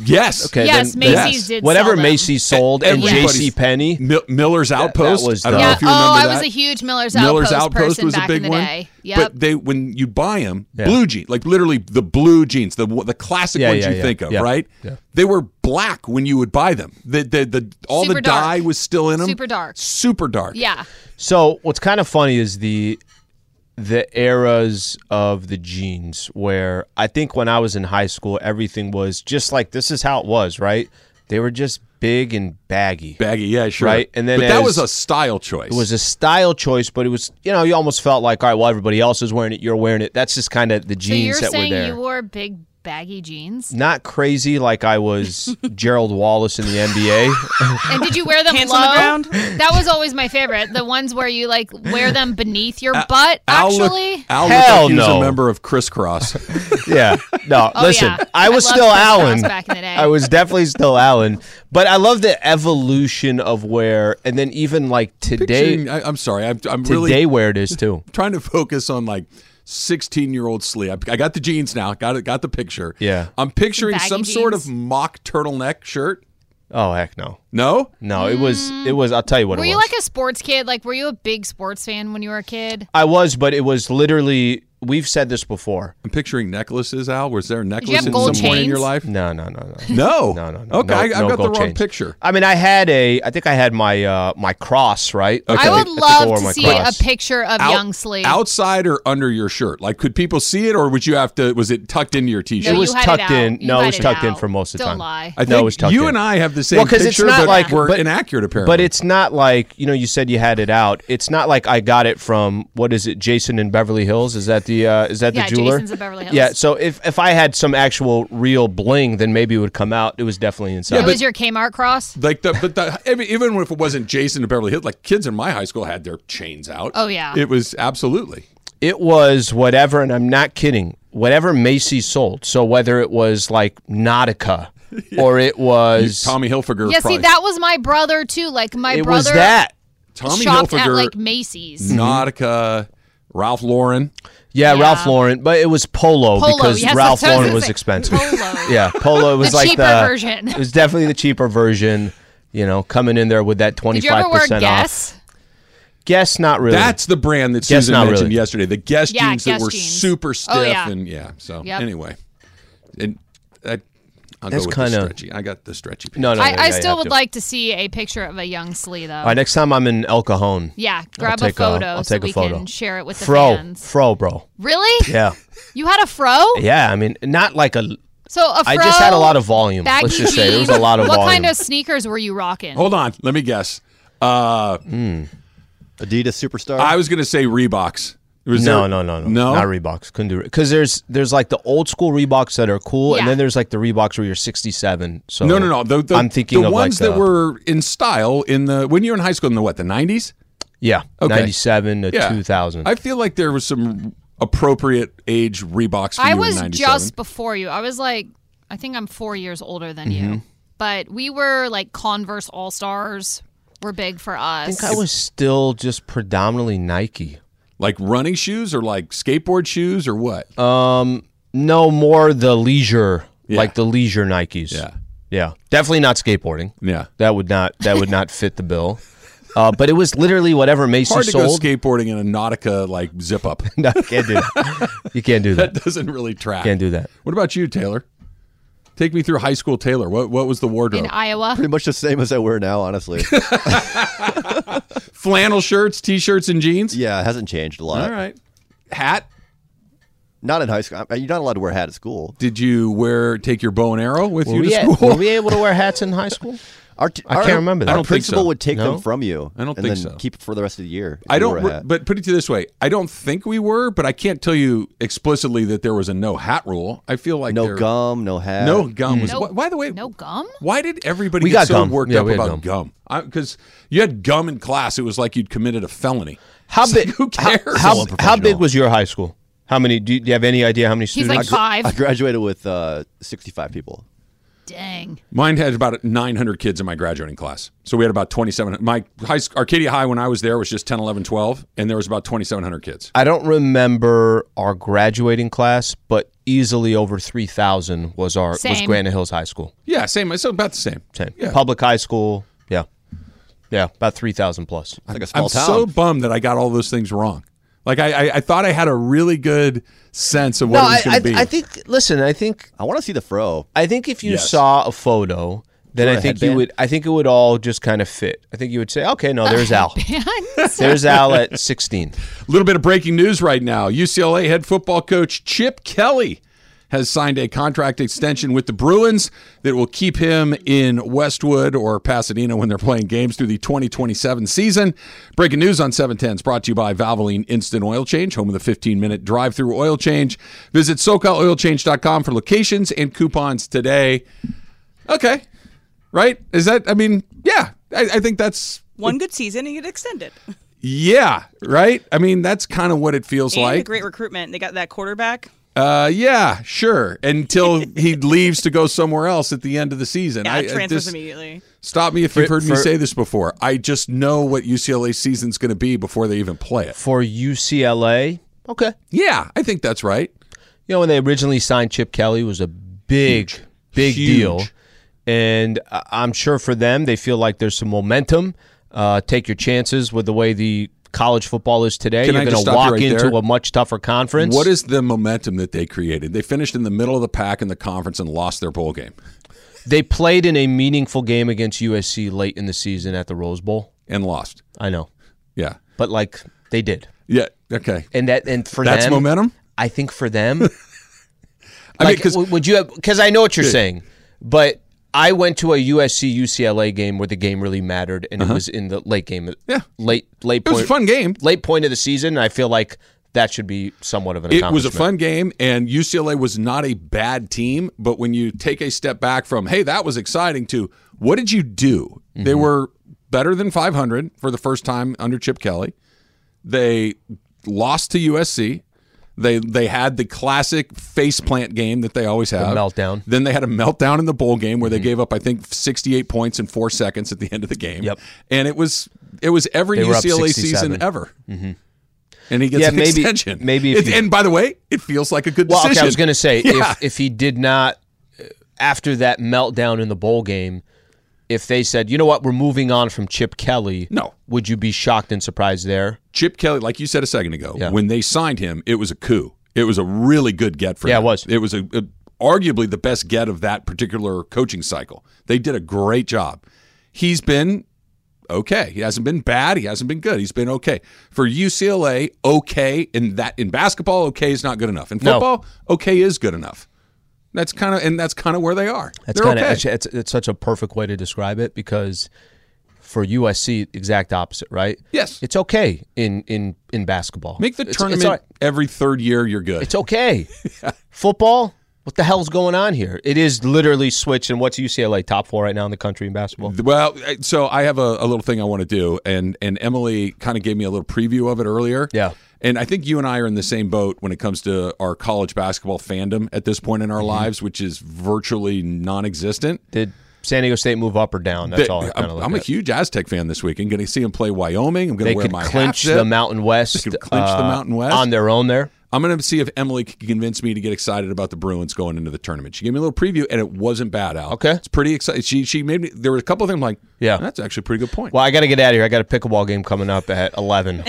Speaker 1: yes.
Speaker 2: Okay,
Speaker 4: Yes,
Speaker 2: then-
Speaker 4: Macy's
Speaker 1: yes.
Speaker 4: did.
Speaker 2: Whatever
Speaker 4: sell them.
Speaker 2: Macy's sold and
Speaker 1: Everybody's-
Speaker 2: J.C. Penney.
Speaker 1: Mil- Miller's Outpost.
Speaker 2: was
Speaker 1: I don't
Speaker 2: the-
Speaker 1: know
Speaker 4: Yeah.
Speaker 1: if you remember
Speaker 4: Oh, I
Speaker 1: that.
Speaker 4: was a huge Miller's,
Speaker 1: Miller's
Speaker 4: Outpost,
Speaker 1: Outpost
Speaker 4: person
Speaker 1: was a
Speaker 4: back
Speaker 1: big
Speaker 4: in the
Speaker 1: one.
Speaker 4: day. Yep.
Speaker 1: But they when you buy them,
Speaker 2: Yeah.
Speaker 1: blue jeans, like literally the blue jeans, the the classic
Speaker 2: Yeah,
Speaker 1: ones
Speaker 2: yeah,
Speaker 1: you
Speaker 2: yeah,
Speaker 1: think of,
Speaker 2: yeah,
Speaker 1: right?
Speaker 2: yeah.
Speaker 1: They were black when you would buy them. The the, the all
Speaker 4: Super
Speaker 1: the
Speaker 4: dark.
Speaker 1: dye was still in them.
Speaker 4: Super dark.
Speaker 1: Super dark.
Speaker 4: yeah.
Speaker 2: So what's kind of funny is the the eras of the jeans where I think when I was in high school everything was just like this is how it was, right? They were just big and baggy.
Speaker 1: Baggy, yeah, sure.
Speaker 2: Right, and then
Speaker 1: but that
Speaker 2: as-
Speaker 1: was a style choice.
Speaker 2: It was a style choice, but it was you know, you almost felt like, all right, well everybody else is wearing it, you're wearing it. That's just kind of the
Speaker 4: So you're
Speaker 2: jeans that were
Speaker 4: saying
Speaker 2: there.
Speaker 4: you wore big baggy jeans?
Speaker 2: Not crazy like I was Gerald Wallace in the NBA.
Speaker 4: And did you wear them
Speaker 3: Pants
Speaker 4: low?
Speaker 3: on the ground?
Speaker 4: That was always my favorite. The ones where you like wear them beneath your butt.
Speaker 1: Al look-
Speaker 4: Actually,
Speaker 1: Al looked
Speaker 2: Hell
Speaker 1: like he was
Speaker 2: no.
Speaker 1: a member of Crisscross.
Speaker 2: yeah. No,
Speaker 4: Oh,
Speaker 2: listen,
Speaker 4: yeah.
Speaker 2: I was
Speaker 4: loved
Speaker 2: still
Speaker 4: Chris Cross
Speaker 2: Allen.
Speaker 4: back in the day.
Speaker 2: I was definitely still Allen, but I love the evolution of where, and then even like today,
Speaker 1: Picturing- I, am sorry, I'm, I'm really
Speaker 2: today where it is too.
Speaker 1: trying to focus on like 16 year old Slee. I, I got the jeans now. Got it. Got the picture.
Speaker 2: Yeah.
Speaker 1: I'm picturing
Speaker 4: Baggy
Speaker 1: some sort
Speaker 4: jeans.
Speaker 1: of mock turtleneck shirt.
Speaker 2: Oh heck no,
Speaker 1: No.
Speaker 2: no, it was it was. I'll tell you what
Speaker 4: Mm. were
Speaker 2: it was.
Speaker 4: you like a sports kid? Like, were you a big sports fan when you were a kid?
Speaker 2: I was, but it was literally. We've said this before.
Speaker 1: I'm picturing necklaces, Al. Was there a necklace
Speaker 4: you have
Speaker 1: at some
Speaker 4: gold
Speaker 1: point in your
Speaker 4: chains?
Speaker 1: life?
Speaker 2: No, no, no, no.
Speaker 1: No.
Speaker 2: No, no, no.
Speaker 1: Okay,
Speaker 2: No-
Speaker 1: I,
Speaker 2: no
Speaker 1: I've got the
Speaker 2: gold
Speaker 1: wrong
Speaker 2: chains.
Speaker 1: picture.
Speaker 2: I mean, I had a. I think I had my uh my cross right. Okay.
Speaker 4: I would
Speaker 2: think I wore
Speaker 4: love
Speaker 2: my
Speaker 4: to see
Speaker 2: cross.
Speaker 4: a picture of
Speaker 1: Out-
Speaker 4: Young Slee.
Speaker 1: Outside or under your shirt? Like, could people see it, or would you have to? Was it tucked into your
Speaker 4: No,
Speaker 1: t-shirt?
Speaker 2: It
Speaker 4: you
Speaker 2: was
Speaker 4: had
Speaker 2: tucked
Speaker 4: out.
Speaker 2: in.
Speaker 4: You
Speaker 2: No, it
Speaker 4: had
Speaker 2: was tucked in
Speaker 4: out.
Speaker 2: for most of the
Speaker 4: Don't
Speaker 2: time.
Speaker 4: lie.
Speaker 1: I
Speaker 2: No, it
Speaker 1: think
Speaker 2: was tucked
Speaker 1: you
Speaker 2: in.
Speaker 1: and I have the same
Speaker 2: Well, 'cause
Speaker 1: picture,
Speaker 2: it's not
Speaker 1: but
Speaker 2: like-
Speaker 1: we're
Speaker 2: but-
Speaker 1: inaccurate apparently.
Speaker 2: But it's not like you know you said you had it out. It's not like I got it from what is it? Jason in Beverly Hills. Is that the uh, is that
Speaker 4: Yeah,
Speaker 2: the jeweler?
Speaker 4: Jason's in Beverly Hills.
Speaker 2: Yeah. So if if I had some actual real bling, then maybe it would come out. It was definitely inside.
Speaker 4: That was your Kmart cross.
Speaker 1: like the but the even- even if it wasn't Jason to Beverly Hills, like kids in my high school had their chains out.
Speaker 4: Oh, yeah.
Speaker 1: it was absolutely.
Speaker 2: it was whatever, and I'm not kidding. Whatever Macy's sold. So whether it was like Nautica, or it was
Speaker 1: Tommy Hilfiger.
Speaker 4: Yeah, see,
Speaker 1: probably.
Speaker 4: that was my brother too. Like my
Speaker 2: it
Speaker 4: brother
Speaker 2: was that.
Speaker 1: Tommy
Speaker 4: shopped
Speaker 1: Hilfiger,
Speaker 4: at like
Speaker 2: Mm.
Speaker 4: Macy's.
Speaker 1: Nautica,
Speaker 2: Mm-hmm.
Speaker 1: Ralph Lauren.
Speaker 2: Yeah,
Speaker 4: Yeah.
Speaker 2: Ralph Lauren, but it was Polo,
Speaker 4: Polo,
Speaker 2: because
Speaker 4: yes,
Speaker 2: Ralph
Speaker 4: that's what I was
Speaker 2: Lauren
Speaker 4: gonna
Speaker 2: was
Speaker 4: say.
Speaker 2: expensive.
Speaker 4: Polo.
Speaker 2: Yeah, Polo was
Speaker 4: The
Speaker 2: like
Speaker 4: cheaper
Speaker 2: the
Speaker 4: version.
Speaker 2: It was definitely the cheaper version. You know, coming in there with that twenty
Speaker 4: Did you ever
Speaker 2: five
Speaker 4: wear
Speaker 2: percent off.
Speaker 4: Guess?
Speaker 2: Guess not really.
Speaker 1: That's the brand that
Speaker 2: Guess
Speaker 1: Susan
Speaker 2: not
Speaker 1: mentioned
Speaker 2: really.
Speaker 1: yesterday. The guest
Speaker 4: Yeah,
Speaker 1: jeans
Speaker 4: Guess
Speaker 1: that were
Speaker 4: jeans.
Speaker 1: super stiff
Speaker 4: Oh, yeah.
Speaker 1: and yeah. So
Speaker 4: Yep.
Speaker 1: anyway, and I, I'll
Speaker 2: That's
Speaker 1: go with
Speaker 2: kinda-
Speaker 1: the stretchy. I got the stretchy. Pants.
Speaker 2: no, no.
Speaker 4: I,
Speaker 2: no, yeah,
Speaker 4: I
Speaker 2: you
Speaker 4: still
Speaker 2: have
Speaker 4: would
Speaker 2: to.
Speaker 4: like to see a picture of a Young Slee though.
Speaker 2: All right, next time I'm in El Cajon.
Speaker 4: yeah, grab a
Speaker 2: take a-
Speaker 4: photo
Speaker 2: I'll
Speaker 4: so
Speaker 2: take a
Speaker 4: we
Speaker 2: photo.
Speaker 4: can share it with the
Speaker 2: Fro,
Speaker 4: fans.
Speaker 2: fro, bro.
Speaker 4: Really?
Speaker 2: Yeah,
Speaker 4: You had a fro?
Speaker 2: yeah. I mean, not like a.
Speaker 4: So a fro.
Speaker 2: I just had a lot of volume.
Speaker 4: baggy
Speaker 2: Let's just say there was a
Speaker 4: jeans.
Speaker 2: lot of
Speaker 4: What
Speaker 2: volume.
Speaker 4: kind of sneakers were you rocking?
Speaker 1: Hold on, let me guess. Uh,
Speaker 6: Adidas superstar.
Speaker 1: I was gonna say Reeboks. Was
Speaker 2: no,
Speaker 1: there-
Speaker 2: no, no, no,
Speaker 1: no.
Speaker 2: Not Reeboks. Couldn't do it because there's there's like the old school Reeboks that are cool,
Speaker 4: Yeah.
Speaker 2: and then there's like the Reeboks where you're 67. So
Speaker 1: no, no, no. The, the-
Speaker 2: I'm thinking
Speaker 1: the
Speaker 2: of
Speaker 1: ones
Speaker 2: like uh, the,
Speaker 1: that were in style in the when you were in high school in the what the nineties.
Speaker 2: yeah,
Speaker 1: Okay.
Speaker 2: 97 to 2000.
Speaker 1: I feel like there was some appropriate age Reeboks. For
Speaker 4: I
Speaker 1: you in
Speaker 4: was
Speaker 1: 97.
Speaker 4: just before you. I was like, I think I'm four years older than
Speaker 6: Mm-hmm.
Speaker 4: you. But we were like Converse All Stars were big for
Speaker 2: I
Speaker 4: us.
Speaker 2: think I was still just predominantly Nike.
Speaker 1: like running shoes or like skateboard shoes or what?
Speaker 2: Uh, No more the leisure, like the leisure Nikes.
Speaker 1: Yeah.
Speaker 2: yeah, definitely not skateboarding.
Speaker 1: yeah.
Speaker 2: That would not that would not fit the bill. Uh, but it was literally whatever Macy
Speaker 1: Hard to go
Speaker 2: sold.
Speaker 1: skateboarding in a Nautica like zip up.
Speaker 2: no, you can't do that. You can't do that.
Speaker 1: that doesn't really track.
Speaker 2: Can't do that.
Speaker 1: What about you, Taylor? Take me through high school, Taylor. What what was the wardrobe?
Speaker 4: in Iowa.
Speaker 6: Pretty much the same as I wear now, honestly.
Speaker 1: Flannel shirts, t-shirts, and jeans.
Speaker 6: yeah, it hasn't changed a lot.
Speaker 1: All right. Hat.
Speaker 6: Not in high school. I- You're not allowed to wear a hat at school.
Speaker 1: Did you wear take your bow and arrow with
Speaker 2: Were
Speaker 1: you
Speaker 2: we,
Speaker 1: to
Speaker 2: a-
Speaker 1: school?
Speaker 2: were we able to wear hats in high school?
Speaker 6: Our t-
Speaker 2: I
Speaker 6: our-
Speaker 2: can't remember that.
Speaker 6: Our
Speaker 2: I don't
Speaker 1: think
Speaker 6: principal
Speaker 1: so.
Speaker 6: would take
Speaker 2: No?
Speaker 6: them from you.
Speaker 1: I don't
Speaker 6: and
Speaker 1: think
Speaker 6: then
Speaker 1: so.
Speaker 6: Keep it for the rest of the year. if
Speaker 1: I
Speaker 6: you
Speaker 1: don't.
Speaker 6: wore a
Speaker 1: re-
Speaker 6: hat.
Speaker 1: but put it to you this way: I don't think we were, but I can't tell you explicitly that there was a no hat rule. I feel like
Speaker 6: no
Speaker 1: there-
Speaker 6: gum, no hat.
Speaker 1: No gum was.
Speaker 4: No-
Speaker 1: why- by the way,
Speaker 4: no gum?
Speaker 1: Why did everybody
Speaker 2: We
Speaker 1: get
Speaker 2: got
Speaker 1: so
Speaker 2: gum.
Speaker 1: worked
Speaker 2: Yeah,
Speaker 1: up
Speaker 2: we had
Speaker 1: about gum? Because you had gum in class, it was like you'd committed a felony.
Speaker 2: How
Speaker 1: It's
Speaker 2: big?
Speaker 1: like, who
Speaker 2: how-
Speaker 1: cares?
Speaker 2: How, how, big was your high school? How many? Do you, do you have any idea how many
Speaker 4: He's
Speaker 2: students?
Speaker 4: like five.
Speaker 6: I graduated with uh, 65 people.
Speaker 4: Dang.
Speaker 1: Mine had about 900 kids in my graduating class. So we had about 27. My high sc- Arcadia High when I was there was just 10, 11, 12, and there was about 2,700 kids.
Speaker 2: I don't remember our graduating class, but easily over three thousand was our was
Speaker 4: Same.
Speaker 2: Granite Hills High School.
Speaker 1: Yeah, same. It's about the same.
Speaker 2: Same
Speaker 1: Yeah.
Speaker 2: public high school. Yeah, yeah, about three thousand plus.
Speaker 6: It's like a small
Speaker 1: I'm
Speaker 6: town.
Speaker 1: so bummed that I got all those things wrong. Like I, I, I thought I had a really good sense of what
Speaker 2: No,
Speaker 1: it
Speaker 2: I,
Speaker 1: was
Speaker 2: I,
Speaker 1: going to be.
Speaker 2: I think. Listen, I think
Speaker 6: I want to see the fro.
Speaker 2: I think if you
Speaker 1: Yes.
Speaker 2: saw a photo, then
Speaker 6: Or
Speaker 2: I
Speaker 6: a
Speaker 2: think you
Speaker 6: headband.
Speaker 2: would. I think it would all just kind of fit. I think you would say, okay, no, there's Al.
Speaker 4: Pants?
Speaker 2: There's Al at sixteen.
Speaker 1: A little bit of breaking news right now. UCLA head football coach Chip Kelly has signed a contract extension with the Bruins that will keep him in Westwood or Pasadena when they're playing games through the 2027 season. Breaking news on 710s brought to you by Valvoline Instant Oil Change, home of the 15 minute drive through oil change. Visit SoCalOilChange.com for locations and coupons today. Okay. Right? Is that, I mean, yeah, I, I think that's
Speaker 3: One good season and you get extended.
Speaker 1: yeah, right. I mean, that's kind of what it feels
Speaker 3: And a
Speaker 1: like.
Speaker 3: great recruitment. They got that quarterback.
Speaker 1: Uh, yeah, sure. Until he leaves to go somewhere else at the end of the season.
Speaker 3: Yeah,
Speaker 1: I- uh, I
Speaker 3: transfers
Speaker 1: just-
Speaker 3: immediately.
Speaker 1: Stop me if you've heard me
Speaker 2: for-
Speaker 1: say this before. I just know what UCLA season's going to be before they even play it.
Speaker 2: for UCLA. Okay.
Speaker 1: Yeah, I think that's right.
Speaker 2: You know, when they originally signed Chip Kelly it was a big, big
Speaker 1: Huge.
Speaker 2: deal. And I- I'm sure for them, they feel like there's some momentum. Uh, take your chances with the way the college football is today.
Speaker 1: Can I
Speaker 2: You're
Speaker 1: just
Speaker 2: going to
Speaker 1: stop you
Speaker 2: walk
Speaker 1: right
Speaker 2: into
Speaker 1: there?
Speaker 2: a much tougher conference.
Speaker 1: What is the momentum that they created? They finished in the middle of the pack in the conference and lost their bowl game
Speaker 2: they played in a meaningful game against USC late in the season at the Rose Bowl.
Speaker 1: and lost.
Speaker 2: I know,
Speaker 1: Yeah.
Speaker 2: but like they did,
Speaker 1: Yeah. Okay.
Speaker 2: and that and for
Speaker 1: That's
Speaker 2: them,
Speaker 1: momentum?
Speaker 2: I think for them,
Speaker 1: I mean,
Speaker 2: like,
Speaker 1: 'cause-
Speaker 2: w- would you have? Because I know what you're saying, but I went to a USC UCLA game where the game really mattered, and it was in the late game.
Speaker 1: Uh-huh. Yeah.
Speaker 2: late late.
Speaker 1: it was
Speaker 2: point,
Speaker 1: a fun game.
Speaker 2: Late point of the season. And I feel like that should be somewhat of an.
Speaker 1: It was a
Speaker 2: accomplishment.
Speaker 1: fun game, and UCLA was not a bad team. But when you take a step back from, hey, that was exciting, to what did you do? They
Speaker 2: Mm-hmm.
Speaker 1: were better than 500 for the first time under Chip Kelly. They lost to USC. They they had the classic faceplant game that they always have.
Speaker 2: meltdown. Mm-hmm.
Speaker 1: Then they had a meltdown in the bowl game where they gave up, I think, 68 points in four seconds at the end of the game.
Speaker 2: Yep.
Speaker 1: And it was it was every
Speaker 2: They were up
Speaker 1: UCLA
Speaker 2: 67.
Speaker 1: season ever. And he gets
Speaker 2: Yeah,
Speaker 1: an
Speaker 2: maybe-
Speaker 1: extension.
Speaker 2: maybe if
Speaker 1: It-
Speaker 2: you-
Speaker 1: and by the way, it feels like a good
Speaker 2: Well,
Speaker 1: decision.
Speaker 2: okay, I was going to say
Speaker 1: Yeah.
Speaker 2: if if he did not uh, after that meltdown in the bowl game. If they said, you know what, we're moving on from Chip Kelly,
Speaker 1: No.
Speaker 2: would you be shocked and surprised there?
Speaker 1: Chip Kelly, like you said a second ago,
Speaker 2: Yeah.
Speaker 1: when they signed him, it was a coup. It was a really good get for
Speaker 2: Yeah,
Speaker 1: him.
Speaker 2: it was.
Speaker 1: It was a, a- arguably the best get of that particular coaching cycle. They did a great job. He's been okay. He hasn't been bad. He hasn't been good. He's been okay for UCLA. Okay, in that in basketball, okay is not good enough. In
Speaker 2: No.
Speaker 1: football, okay is good enough. That's kind of and that's kind of where they are.
Speaker 2: That's
Speaker 1: They're
Speaker 2: kind of
Speaker 1: okay.
Speaker 2: it's, it's, it's such a perfect way to describe it because for USC, exact opposite, right?
Speaker 1: Yes.
Speaker 2: it's okay in in in basketball.
Speaker 1: Make the
Speaker 2: It's- it's
Speaker 1: tournament
Speaker 2: all right.
Speaker 1: every third year. You're good.
Speaker 2: It's okay. Football. What the hell's going on here? It is literally switched. And what's UCLA top four right now in the country in basketball?
Speaker 1: Well, I- so I have a, a little thing I want to do, and and Emily kind of gave me a little preview of it earlier.
Speaker 2: Yeah.
Speaker 1: and I think you and I are in the same boat when it comes to our college basketball fandom at this point in
Speaker 2: Mm-hmm.
Speaker 1: our lives, which is virtually non-existent.
Speaker 2: Did San Diego State move up or down? That's
Speaker 1: That-
Speaker 2: all I kind
Speaker 1: I'm,
Speaker 2: of look
Speaker 1: I'm a
Speaker 2: at.
Speaker 1: huge Aztec fan this week. I'm going to see them play Wyoming. I'm going
Speaker 2: They
Speaker 1: to wear
Speaker 2: could
Speaker 1: my
Speaker 2: clinch
Speaker 1: half
Speaker 2: the
Speaker 1: zip.
Speaker 2: Mountain West. uh,
Speaker 1: could clinch the Mountain West.
Speaker 2: on their own there.
Speaker 1: I'm going to see if Emily can convince me to get excited about the Bruins going into the tournament. She gave me a little preview, and it wasn't bad, Al.
Speaker 2: Okay.
Speaker 1: it's pretty exciting. She she made me. There were a couple of things I'm like,
Speaker 2: Yeah.
Speaker 1: that's actually a pretty good point.
Speaker 2: Well, I got to get out of here. I got a pickleball game coming up at eleven.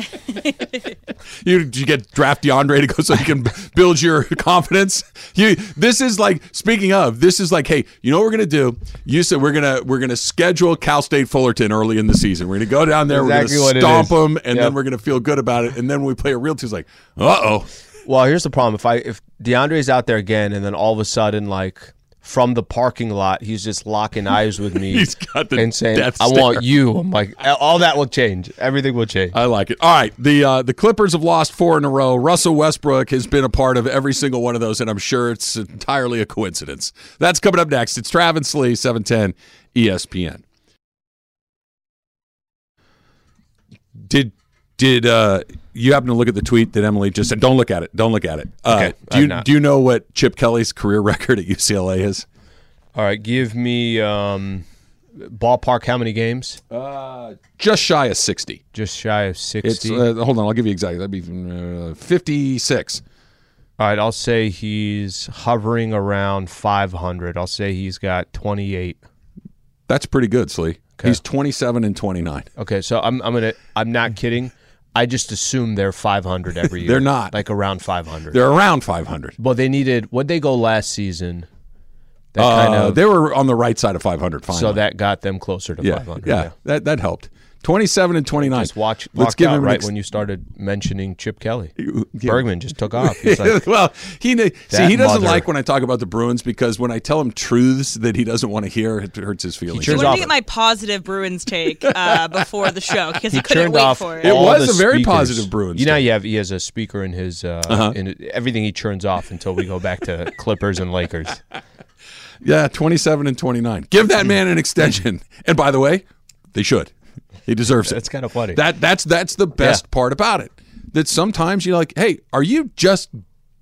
Speaker 1: You, you get draft DeAndre to go so you can build your confidence. You this is like speaking of this is like hey you know what we're gonna do you said we're gonna we're gonna schedule Cal State Fullerton early in the season we're gonna go down there
Speaker 2: Exactly
Speaker 1: we're
Speaker 2: what it
Speaker 1: gonna stomp
Speaker 2: is.
Speaker 1: them and
Speaker 2: Yep.
Speaker 1: then we're gonna feel good about it and then when we play a real two it's like uh oh
Speaker 2: Well, here's the problem. If I if DeAndre's out there again, and then all of a sudden, like from the parking lot, he's just locking eyes with me.
Speaker 1: He's got the
Speaker 2: and saying,
Speaker 1: death
Speaker 2: "I
Speaker 1: stare.
Speaker 2: want you." I'm like, all that will change. Everything will change.
Speaker 1: I like it. All right, the uh, the Clippers have lost four in a row. Russell Westbrook has been a part of every single one of those, and I'm sure it's entirely a coincidence. That's coming up next. It's Travis Lee, seven ten, E ESPN. Did did uh, you happen to look at the tweet that Emily just said? Don't look at it. Don't look at it. Uh,
Speaker 2: Okay,
Speaker 1: do you
Speaker 2: I'm not.
Speaker 1: do you know what Chip Kelly's career record at UCLA is?
Speaker 2: all right, give me um, ballpark. How many games?
Speaker 1: Just shy of sixty.
Speaker 2: Just shy of
Speaker 1: It's
Speaker 2: sixty.
Speaker 1: uh, hold on. I'll give you exactly. That'd be uh, fifty six.
Speaker 2: all right, I'll say he's hovering around five hundred. I'll say he's got twenty eight.
Speaker 1: That's pretty good, Slee. He's 27 and 29.
Speaker 2: Okay, so I'm I'm gonna I'm not kidding. I just assume they're five hundred every year.
Speaker 1: They're not.
Speaker 2: like around five hundred.
Speaker 1: They're around 500.
Speaker 2: Well, they needed. Would they go last season? That
Speaker 1: Uh,
Speaker 2: kind of.
Speaker 1: They were on the right side of 500 finally.
Speaker 2: So that got them closer to
Speaker 1: yeah,
Speaker 2: 500.
Speaker 1: yeah, that that helped. 27 and 29.
Speaker 2: Just watch.
Speaker 1: Let's give him
Speaker 2: right
Speaker 1: an
Speaker 2: when you started mentioning Chip Kelly.
Speaker 1: yeah.
Speaker 2: Bergman just took off. He's like,
Speaker 1: well, he kn- see
Speaker 2: That
Speaker 1: he doesn't
Speaker 2: mother-
Speaker 1: like when I talk about the Bruins because when I tell him truths that he doesn't want to hear, it hurts his feelings.
Speaker 2: turns
Speaker 3: You
Speaker 2: Here's
Speaker 3: wanted
Speaker 2: off-
Speaker 3: to get my positive Bruins take uh, before the show because I couldn't
Speaker 2: turned
Speaker 3: wait
Speaker 2: off.
Speaker 3: for it.
Speaker 1: It
Speaker 2: all
Speaker 1: was
Speaker 2: the
Speaker 1: a very
Speaker 2: speakers.
Speaker 1: positive Bruins Uh-huh.
Speaker 2: You know,
Speaker 1: day.
Speaker 2: you have he has a speaker in his uh, in everything he churns off until we go back to Clippers and Lakers.
Speaker 1: Yeah, 27 and 29. Give that man an extension. And by the way, they should. He deserves it.
Speaker 2: That's kinda funny.
Speaker 1: That that's that's the best
Speaker 2: Yeah.
Speaker 1: part about it. That sometimes you're like, "Hey, are you just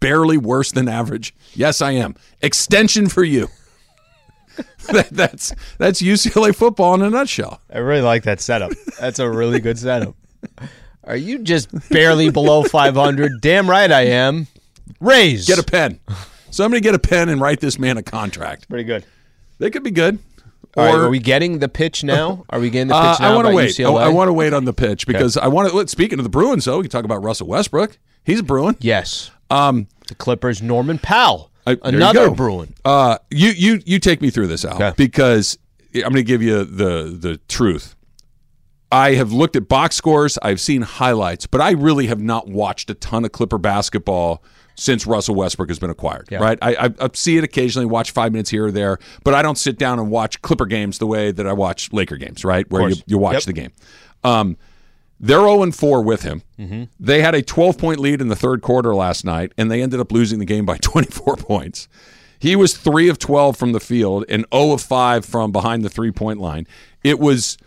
Speaker 1: barely worse than average?" Yes, I am. Extension for you. that, that's that's UCLA football in a nutshell.
Speaker 2: I really like that setup. That's a really good setup. Are you just barely below 500? Damn right I am. Raise.
Speaker 1: Get a pen. Somebody get a pen and write this man a contract.
Speaker 2: pretty good.
Speaker 1: They could be good.
Speaker 2: All right,
Speaker 1: Or-
Speaker 2: are we getting the pitch now? Are we getting the
Speaker 1: Uh,
Speaker 2: pitch now?
Speaker 1: I want to
Speaker 2: about
Speaker 1: wait.
Speaker 2: UCLA?
Speaker 1: I, want to wait on the pitch because I want to. Speaking of the Bruins, though, we can talk about Russell Westbrook. He's a Bruin.
Speaker 2: Yes.
Speaker 1: Um,
Speaker 2: The Clippers, Norman Powell.
Speaker 1: I- there you
Speaker 2: another
Speaker 1: go.
Speaker 2: Bruin.
Speaker 1: Uh, you you you take me through this, Al,
Speaker 2: Okay.
Speaker 1: because I'm going to give you the the truth. I have looked at box scores, I've seen highlights, but I really have not watched a ton of Clipper basketball since Russell Westbrook has been acquired. Right, I, I, I see it occasionally, watch five minutes here or there, but I don't sit down and watch Clipper games the way that I watch Laker games. Right, where you, you watch the game. Um, they're 0 and 4 with him. They had a 12 point lead in the third quarter last night, and they ended up losing the game by 24 points. He was 3 of 12 from the field and 0 of 5 from behind the three point line. It was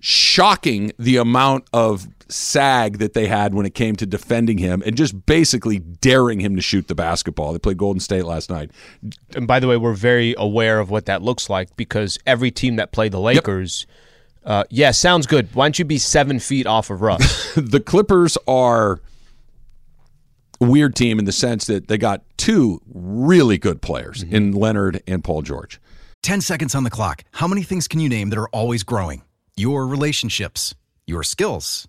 Speaker 1: shocking the amount of sag that they had when it came to defending him and just basically daring him to shoot the basketball. They played Golden State last night.
Speaker 2: And by the way, we're very aware of what that looks like because every team that played the Lakers, uh, yeah, sounds good. Why don't you be seven feet off of Russ?
Speaker 1: the Clippers are a weird team in the sense that they got two really good players in Leonard and Paul George.
Speaker 5: 10 seconds on the clock. How many things can you name that are always growing? Your relationships, your skills,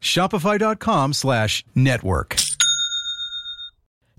Speaker 5: Shopify.com slash network.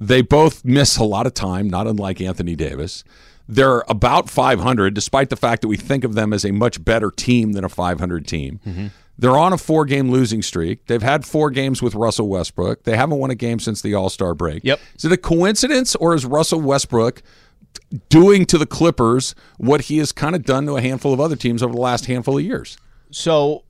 Speaker 1: They both miss a lot of time, not unlike Anthony Davis. They're about 500, despite the fact that we think of them as a much better team than a 500 team.
Speaker 2: Mm-hmm.
Speaker 1: They're on a four game losing streak. They've had four games with Russell Westbrook. They haven't won a game since the All Star break.
Speaker 2: Yep.
Speaker 1: Is it a coincidence or is Russell Westbrook doing to the Clippers what he has kind of done to a handful of other teams over the last handful of years?
Speaker 2: so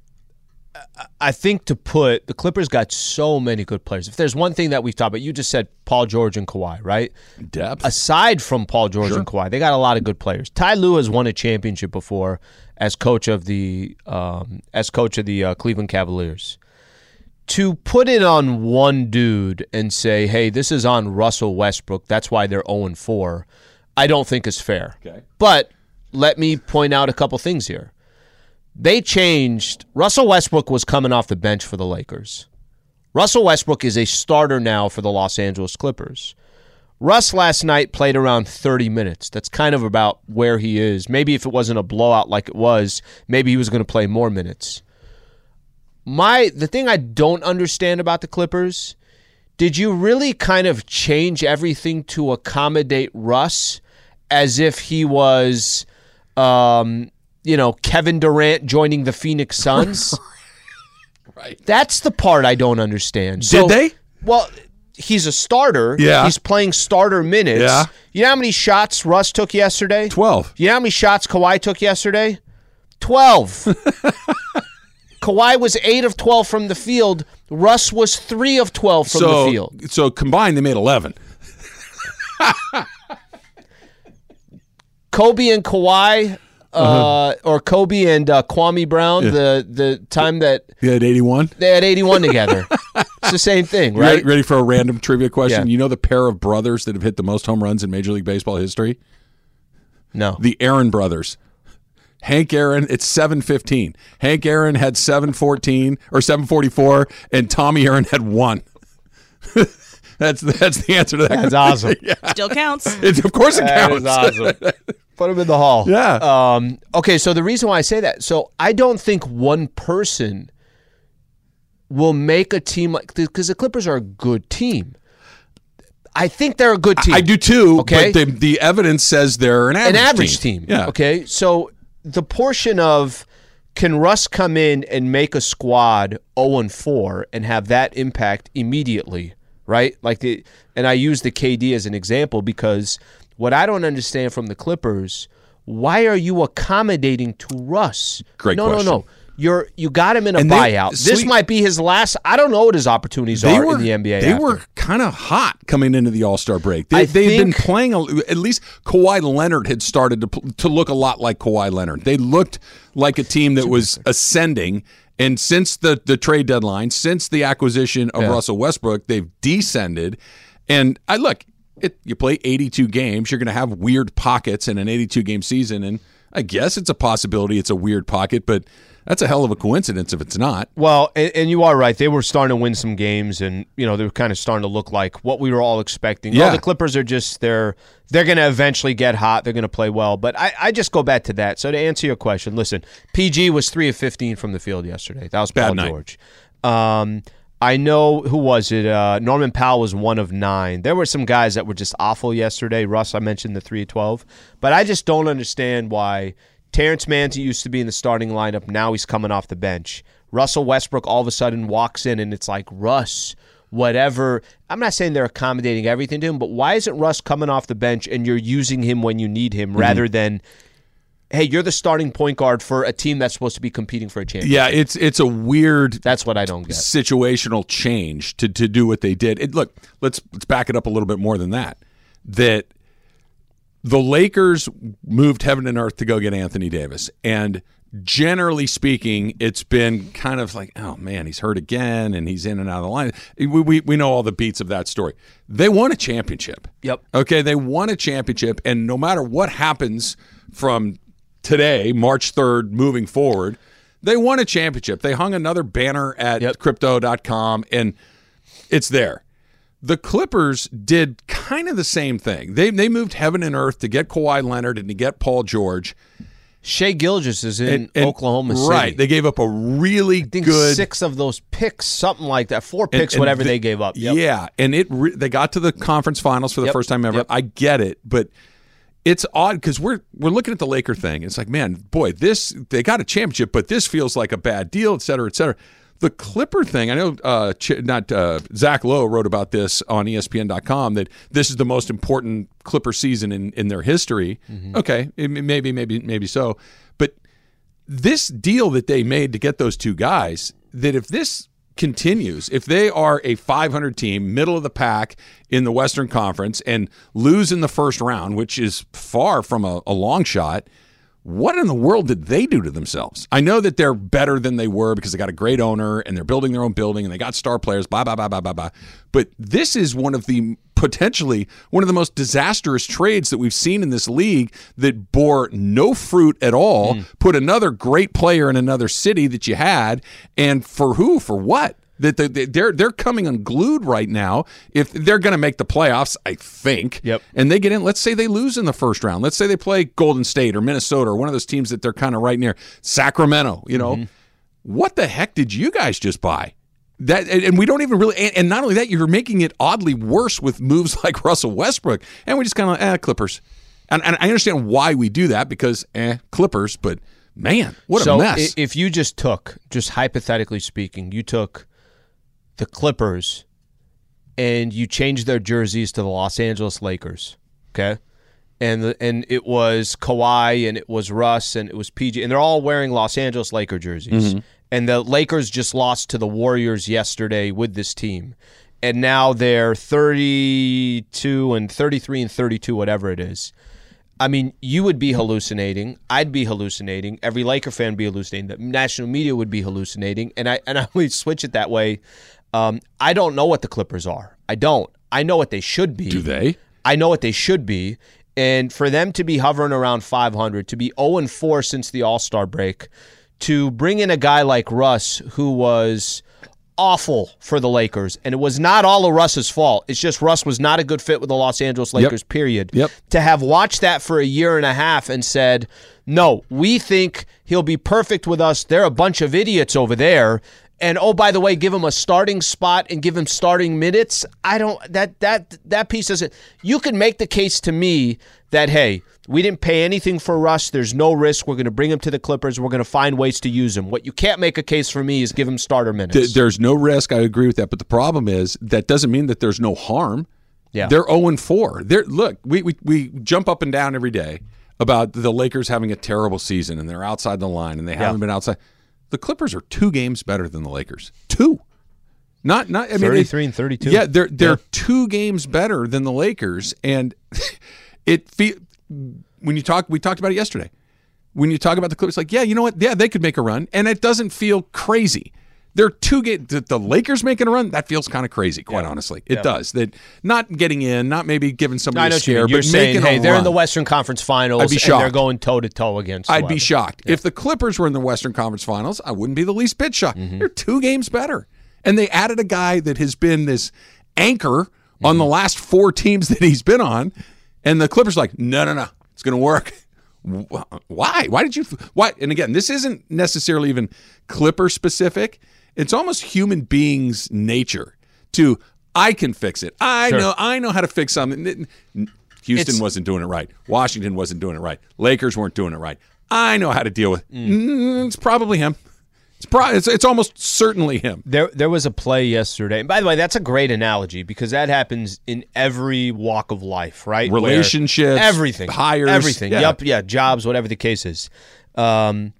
Speaker 2: I think to put the Clippers got so many good players. If there's one thing that we've talked about, you just said Paul George and Kawhi, right?
Speaker 1: Depth.
Speaker 2: Aside from Paul George and Kawhi, they got a lot of good players. Ty Lue has won a championship before as coach of the um, as coach of the uh, Cleveland Cavaliers. To put it on one dude and say, "Hey, this is on Russell Westbrook. That's why they're 0 and 4." I don't think is fair. Okay. But let me point out a couple things here they changed. Russell Westbrook was coming off the bench for the Lakers. Russell Westbrook is a starter now for the Los Angeles Clippers. Russ last night played around 30 minutes. That's kind of about where he is. Maybe if it wasn't a blowout like it was, maybe he was going to play more minutes. My the thing I don't understand about the Clippers, did you really kind of change everything to accommodate Russ as if he was um, you know, Kevin Durant joining the Phoenix Suns. right. That's the part I don't understand. So-
Speaker 1: they?
Speaker 2: Well, he's a starter.
Speaker 1: Yeah.
Speaker 2: He's playing starter minutes.
Speaker 1: Yeah.
Speaker 2: You know how many shots Russ took yesterday?
Speaker 1: 12.
Speaker 2: You know how many shots Kawhi took yesterday? 12. Kawhi was 8 of 12 from the field. Russ was 3 of 12 from
Speaker 1: so,
Speaker 2: the field.
Speaker 1: so combined, they made 11.
Speaker 2: Kobe and Kawhi, uh,
Speaker 1: Uh-huh.
Speaker 2: or Kobe and uh, Kwame Brown, the, the time that
Speaker 1: They had 81.
Speaker 2: they had 81 together. it's the same thing,
Speaker 1: Ready,
Speaker 2: right?
Speaker 1: ready for a random trivia question?
Speaker 2: Yeah.
Speaker 1: You know the pair of brothers that have hit the most home runs in Major League Baseball history?
Speaker 2: No.
Speaker 1: The Aaron brothers. Hank Aaron, it's 715. Hank Aaron had 714 or 744, and Tommy Aaron had one. that's that's the answer to that.
Speaker 2: That's awesome.
Speaker 3: Still counts.
Speaker 1: It's, of course it
Speaker 2: That
Speaker 1: counts.
Speaker 2: is awesome. Put him in the hall.
Speaker 1: Yeah.
Speaker 2: Um, okay, so the reason why I say that, so I don't think one person will make a team like because the Clippers are a good team. I think they're a good team.
Speaker 1: I do too.
Speaker 2: Okay.
Speaker 1: But the, the evidence says they're an
Speaker 2: an
Speaker 1: average,
Speaker 2: average team.
Speaker 1: Yeah.
Speaker 2: Okay. So the portion of can Russ come in and make a squad 0 and 4 and have that impact immediately, right? Like the and I use the KD as an example because what I don't understand from the Clippers, why are you accommodating to Russ?
Speaker 1: Great
Speaker 2: no,
Speaker 1: question.
Speaker 2: No, no, You're you got him in a
Speaker 1: And they-
Speaker 2: buyout. this
Speaker 1: Sweet-
Speaker 2: might be his last. I don't know what his opportunities are in the NBA.
Speaker 1: They
Speaker 2: after.
Speaker 1: were kind of hot coming into the All Star break. They,
Speaker 2: I
Speaker 1: they've been
Speaker 2: think-
Speaker 1: playing a, at least Kawhi Leonard had started to pl- to look a lot like Kawhi Leonard. They looked like a team that was ascending. And since the, the trade deadline, since the acquisition of Russell Westbrook, they've descended. And I look, it, you play 82 games, you're going to have weird pockets in an 82 game season. And I guess it's a possibility it's a weird pocket, but that's a hell of a coincidence if it's not.
Speaker 2: Well, and, and you are right. They were starting to win some games, and you know they were kind of starting to look like what we were all expecting. Oh,
Speaker 1: Yeah.
Speaker 2: the Clippers are just they're they're going to eventually get hot. They're going to play well. But I, I just go back to that. So to answer your question, listen, PG was three of fifteen from the field yesterday. That was
Speaker 1: Bad
Speaker 2: Paul
Speaker 1: night.
Speaker 2: George. Um, I know who was it? Uh, Norman Powell was one of nine. There were some guys that were just awful yesterday. Russ, I mentioned the three of twelve, but I just don't understand why Terrence Manzi used to be in the starting lineup. Now he's coming off the bench. Russell Westbrook all of a sudden walks in, and it's like Russ. Whatever. I'm not saying they're accommodating everything to him, but why isn't Russ coming off the bench and you're using him when you need him rather than, hey, you're the starting point guard for a team that's supposed to be competing for a championship?
Speaker 1: Yeah, it's it's a weird
Speaker 2: That's what I don't get.
Speaker 1: situational change to, to do what they did. It, look, let's let's back it up a little bit more than that. That the Lakers moved heaven and earth to go get Anthony Davis, and generally speaking, it's been kind of like, oh man, he's hurt again, and he's in and out of the line. We we, we know all the beats of that story. They won a championship.
Speaker 2: Yep.
Speaker 1: Okay, they won a championship, and no matter what happens from today, March third, moving forward. They won a championship. They hung another banner at
Speaker 2: Yep.
Speaker 1: crypto.com and it's there. The Clippers did kind of the same thing. They they moved heaven and earth to get Kawhi Leonard and to get Paul George
Speaker 2: Shea Gilgis is in
Speaker 1: and, and-
Speaker 2: Oklahoma City.
Speaker 1: Right. They gave up a really
Speaker 2: I think
Speaker 1: good
Speaker 2: six of those picks, something like that, four
Speaker 1: and-
Speaker 2: picks,
Speaker 1: and
Speaker 2: whatever
Speaker 1: the-
Speaker 2: they gave up. Yep.
Speaker 1: Yeah, and it re- they got to the conference finals for the
Speaker 2: Yep.
Speaker 1: first time ever.
Speaker 2: Yep.
Speaker 1: I get it, but it's odd because we're we're looking at the Laker thing. It's like, man, boy, this they got a championship, but this feels like a bad deal, et cetera, et cetera. The Clipper thing, I know, uh, Ch- not uh, Zach Lowe wrote about this on E ESPN.com that this is the most important Clipper season in, in their history.
Speaker 2: Mm-hmm.
Speaker 1: Okay, it- maybe, maybe, maybe so, but this deal that they made to get those two guys, that if this continues, if they are a 500 team, middle of the pack in the Western Conference, and lose in the first round, which is far from a, a long shot, what in the world did they do to themselves? I know that they're better than they were because they got a great owner and they're building their own building and they got star players, blah, blah, blah, blah, blah, blah. But this is one of the potentially one of the most disastrous trades that we've seen in this league that bore no fruit at all, put another great player in another city that you had, and for who, for what? That they- they- they're they're coming unglued right now. If they're going to make the playoffs, I think.
Speaker 2: Yep.
Speaker 1: And they get in. Let's say they lose in the first round. Let's say they play Golden State or Minnesota or one of those teams that they're kind of right near Sacramento. You know, what the heck did you guys just buy? That and, and we don't even really. And, and not only that, you're making it oddly worse with moves like Russell Westbrook. And we just kind of eh, Clippers. And, and I understand why we do that because eh, Clippers. But man, what
Speaker 2: so
Speaker 1: a mess.
Speaker 2: i- if you just took, just hypothetically speaking, you took the Clippers and you changed their jerseys to the Los Angeles Lakers, okay? And the, and it was Kawhi and it was Russ and it was PG and they're all wearing Los Angeles Laker
Speaker 1: Mm-hmm.
Speaker 2: jerseys. And the Lakers just lost to the Warriors yesterday with this team. And now they're 32 and 33 and 32 whatever it is. I mean, you would be hallucinating. I'd be hallucinating. Every Laker fan would be hallucinating. The national media would be hallucinating. And I and I would switch it that way. Um, I don't know what the Clippers are. I don't. I know what they should be.
Speaker 1: do they?
Speaker 2: I know what they should be. And for them to be hovering around 500, to be 0 and 4 since the All Star break, to bring in a guy like Russ, who was awful for the Lakers, and it was not all of Russ's fault. It's just Russ was not a good fit with the Los Angeles Lakers, period.
Speaker 1: Yep.
Speaker 2: To have watched that for a year and a half and said, no, we think he'll be perfect with us. They're a bunch of idiots over there. And oh, by the way, give him a starting spot and give him starting minutes. I don't that that that piece doesn't. You can make the case to me that hey, we didn't pay anything for Russ. There's no risk. We're going to bring him to the Clippers. We're going to find ways to use him. What you can't make a case for me is give him starter minutes.
Speaker 1: Th- there's no risk. I agree with that. But the problem is that doesn't mean that there's no harm.
Speaker 2: Yeah.
Speaker 1: They're 0 and 4. They're, look, we, we, we jump up and down every day about the Lakers having a terrible season and they're outside the line and they haven't been outside. The Clippers are two games better than the Lakers. Two. Not not I mean it-
Speaker 2: 33 and 32.
Speaker 1: Yeah, they're they're two games better than the Lakers and it fe- when you talk we talked about it yesterday when you talk about the Clippers, it's like, yeah, you know what? Yeah, they could make a run, and it doesn't feel crazy. They're two get the, the Lakers making a run. That feels kind of crazy, quite honestly. It does. That not getting in, not maybe giving somebody
Speaker 2: I know
Speaker 1: a
Speaker 2: what you
Speaker 1: scare,
Speaker 2: mean. You're
Speaker 1: but
Speaker 2: saying,
Speaker 1: making a
Speaker 2: hey, they're in
Speaker 1: run.
Speaker 2: the Western Conference Finals
Speaker 1: I'd be
Speaker 2: and they're
Speaker 1: shocked.
Speaker 2: going toe to toe against.
Speaker 1: I'd be
Speaker 2: whoever.
Speaker 1: shocked if the Clippers were in the Western Conference Finals. I wouldn't be the least bit shocked. They're two games better, and they added a guy that has been this anchor on the last four teams that he's been on, and the Clippers are like, no, no, no, it's going to work. Wh- Why? Why did you? Why? And again, this isn't necessarily even Clipper specific. It's almost human beings' nature to I can fix it. I know. I know how to fix something. N- n- Houston
Speaker 2: It's-
Speaker 1: wasn't doing it right. Washington wasn't doing it right. Lakers weren't doing it right. I know how to deal with. Mm, it's probably him. It's probably it's, it's almost certainly him.
Speaker 2: There, there was a play yesterday. And by the way, that's a great analogy because that happens in every walk of life, right? Where
Speaker 1: Relationships,
Speaker 2: everything,
Speaker 1: hires,
Speaker 2: everything.
Speaker 1: yeah.
Speaker 2: Yep, yeah, jobs, whatever the case is. Um,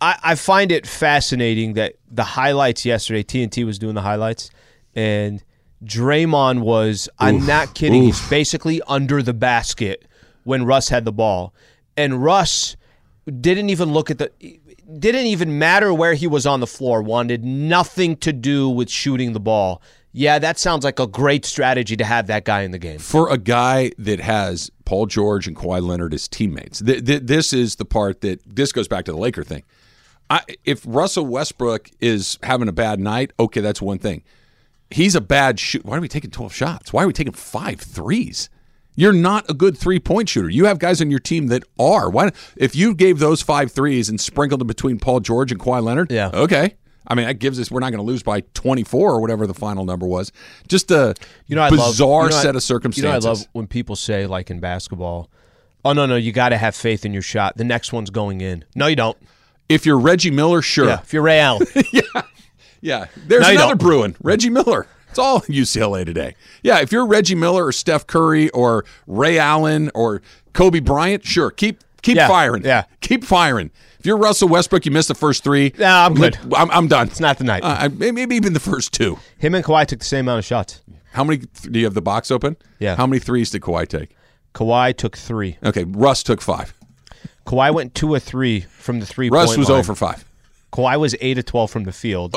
Speaker 2: I, I find it fascinating that the highlights yesterday, TNT was doing the highlights, and Draymond was, I'm not kidding, he's basically under the basket when Russ had the ball. And Russ didn't even look at the didn't even matter where he was on the floor, wanted nothing to do with shooting the ball. Yeah, that sounds like a great strategy to have that guy in the game.
Speaker 1: for a guy that has Paul George and Kawhi Leonard as teammates. Th- th- this is the part that this goes back to the Laker thing. I, if Russell Westbrook is having a bad night, okay, that's one thing. He's a bad shoot. Why are we taking 12 shots? Why are we taking five threes? You're not a good three point shooter. You have guys on your team that are. Why? If you gave those five threes and sprinkled them between Paul George and Kawhi Leonard,
Speaker 2: Yeah.
Speaker 1: okay. I mean, that gives us. We're not going to lose by 24 or whatever the final number was. Just a
Speaker 2: You know, I
Speaker 1: bizarre
Speaker 2: love, you know, I-
Speaker 1: set of circumstances.
Speaker 2: You know, I love when people say, like in basketball, "Oh no, no, you got to have faith in your shot. The next one's going in." No, you don't.
Speaker 1: If you're Reggie Miller, sure.
Speaker 2: Yeah,
Speaker 1: Yeah.
Speaker 2: if you're Ray Allen,
Speaker 1: There's
Speaker 2: No, you
Speaker 1: another
Speaker 2: don't.
Speaker 1: Bruin, Reggie Miller. It's all UCLA today. Yeah, if you're Reggie Miller or Steph Curry or Ray Allen or Kobe Bryant, sure, keep Keep
Speaker 2: Yeah.
Speaker 1: firing.
Speaker 2: Yeah.
Speaker 1: Keep firing. If you're Russell Westbrook, you missed the first three.
Speaker 2: No, I'm
Speaker 1: Look,
Speaker 2: good.
Speaker 1: I'm, I'm done.
Speaker 2: It's not the night.
Speaker 1: Uh, I- may- maybe even the first two.
Speaker 2: Him and Kawhi took the same amount of shots.
Speaker 1: How many th- do you have the box open?
Speaker 2: Yeah.
Speaker 1: How many threes did Kawhi take?
Speaker 2: Kawhi took three.
Speaker 1: Okay, Russ took five.
Speaker 2: Kawhi went two or three from the three.
Speaker 1: Russ
Speaker 2: point
Speaker 1: was Oh.
Speaker 2: line.
Speaker 1: 0 for 5.
Speaker 2: Kawhi was eight of twelve from the field.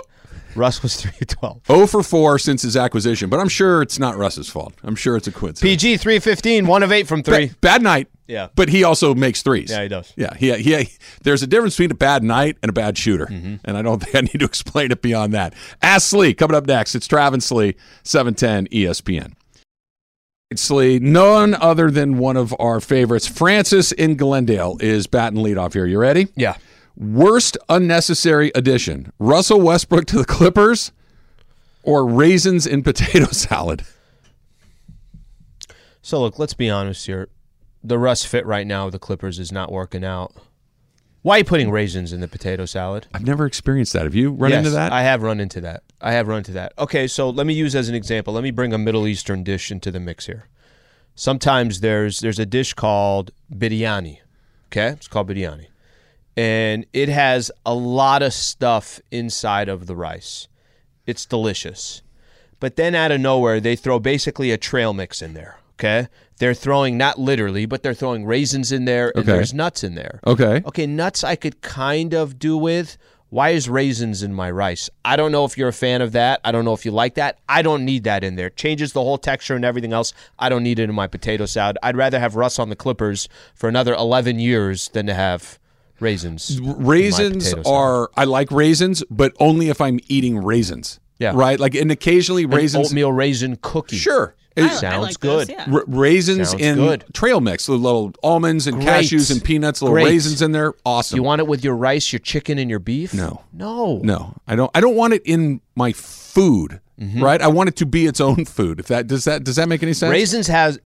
Speaker 2: Russ was three of twelve.
Speaker 1: 0 for 4 since his acquisition, but I'm sure it's not Russ's fault. I'm sure it's a coincidence.
Speaker 2: PG three of 15, one of eight from
Speaker 1: Ba-
Speaker 2: three.
Speaker 1: bad night.
Speaker 2: Yeah.
Speaker 1: But he also makes threes.
Speaker 2: Yeah, he does.
Speaker 1: Yeah, he, he, there's a difference between a bad night and a bad shooter.
Speaker 2: Mm-hmm.
Speaker 1: And I don't think I need to explain it beyond that. Ask Slee coming up next. It's Travis Slee, E 710 ESPN. It's Slee, none other than one of our favorites, Francis in Glendale, is batting leadoff here. You ready?
Speaker 2: Yeah.
Speaker 1: Worst unnecessary addition Russell Westbrook to the Clippers or raisins in potato salad?
Speaker 2: So look, let's be honest here. The Russ fit right now with the Clippers is not working out. Why are you putting raisins in the potato salad?
Speaker 1: I've never experienced that. Have you run
Speaker 2: Yes,
Speaker 1: into that?
Speaker 2: I have run into that. I have run into that. Okay, so let me use as an example. Let me bring a Middle Eastern dish into the mix here. Sometimes there's there's a dish called biryani. Okay, it's called biryani, and it has a lot of stuff inside of the rice. It's delicious, but then out of nowhere they throw basically a trail mix in there. Okay, they're throwing not literally, but they're throwing raisins in there and
Speaker 1: Okay.
Speaker 2: there's nuts in there.
Speaker 1: okay.
Speaker 2: Okay, nuts I could kind of do with. Why is raisins in my rice? I don't know if you're a fan of that. I don't know if you like that. I don't need that in there. Changes the whole texture and everything else. I don't need it in my potato salad. I'd rather have Russ on the Clippers for another 11 years than to have raisins. in my
Speaker 1: raisins
Speaker 2: potato salad.
Speaker 1: are I like raisins, but only if I'm eating raisins.
Speaker 2: Yeah.
Speaker 1: Right? Like and occasionally
Speaker 2: An
Speaker 1: raisins
Speaker 2: oatmeal raisin cookie.
Speaker 1: Sure.
Speaker 3: I,
Speaker 1: It's-
Speaker 3: I
Speaker 2: sounds
Speaker 3: like those,
Speaker 2: good.
Speaker 3: yeah.
Speaker 1: r- raisins
Speaker 2: Sounds
Speaker 1: in
Speaker 2: good.
Speaker 1: trail mix, the little almonds and
Speaker 2: Great.
Speaker 1: cashews and peanuts, little
Speaker 2: Great.
Speaker 1: raisins in there. Awesome.
Speaker 2: You want it with your rice, your chicken, and your beef?
Speaker 1: No.
Speaker 2: No.
Speaker 1: no, I don't I don't want it in my food.
Speaker 2: Mm-hmm.
Speaker 1: Right? I want it to be its own food. If that does that does that make any sense?
Speaker 2: Raisins has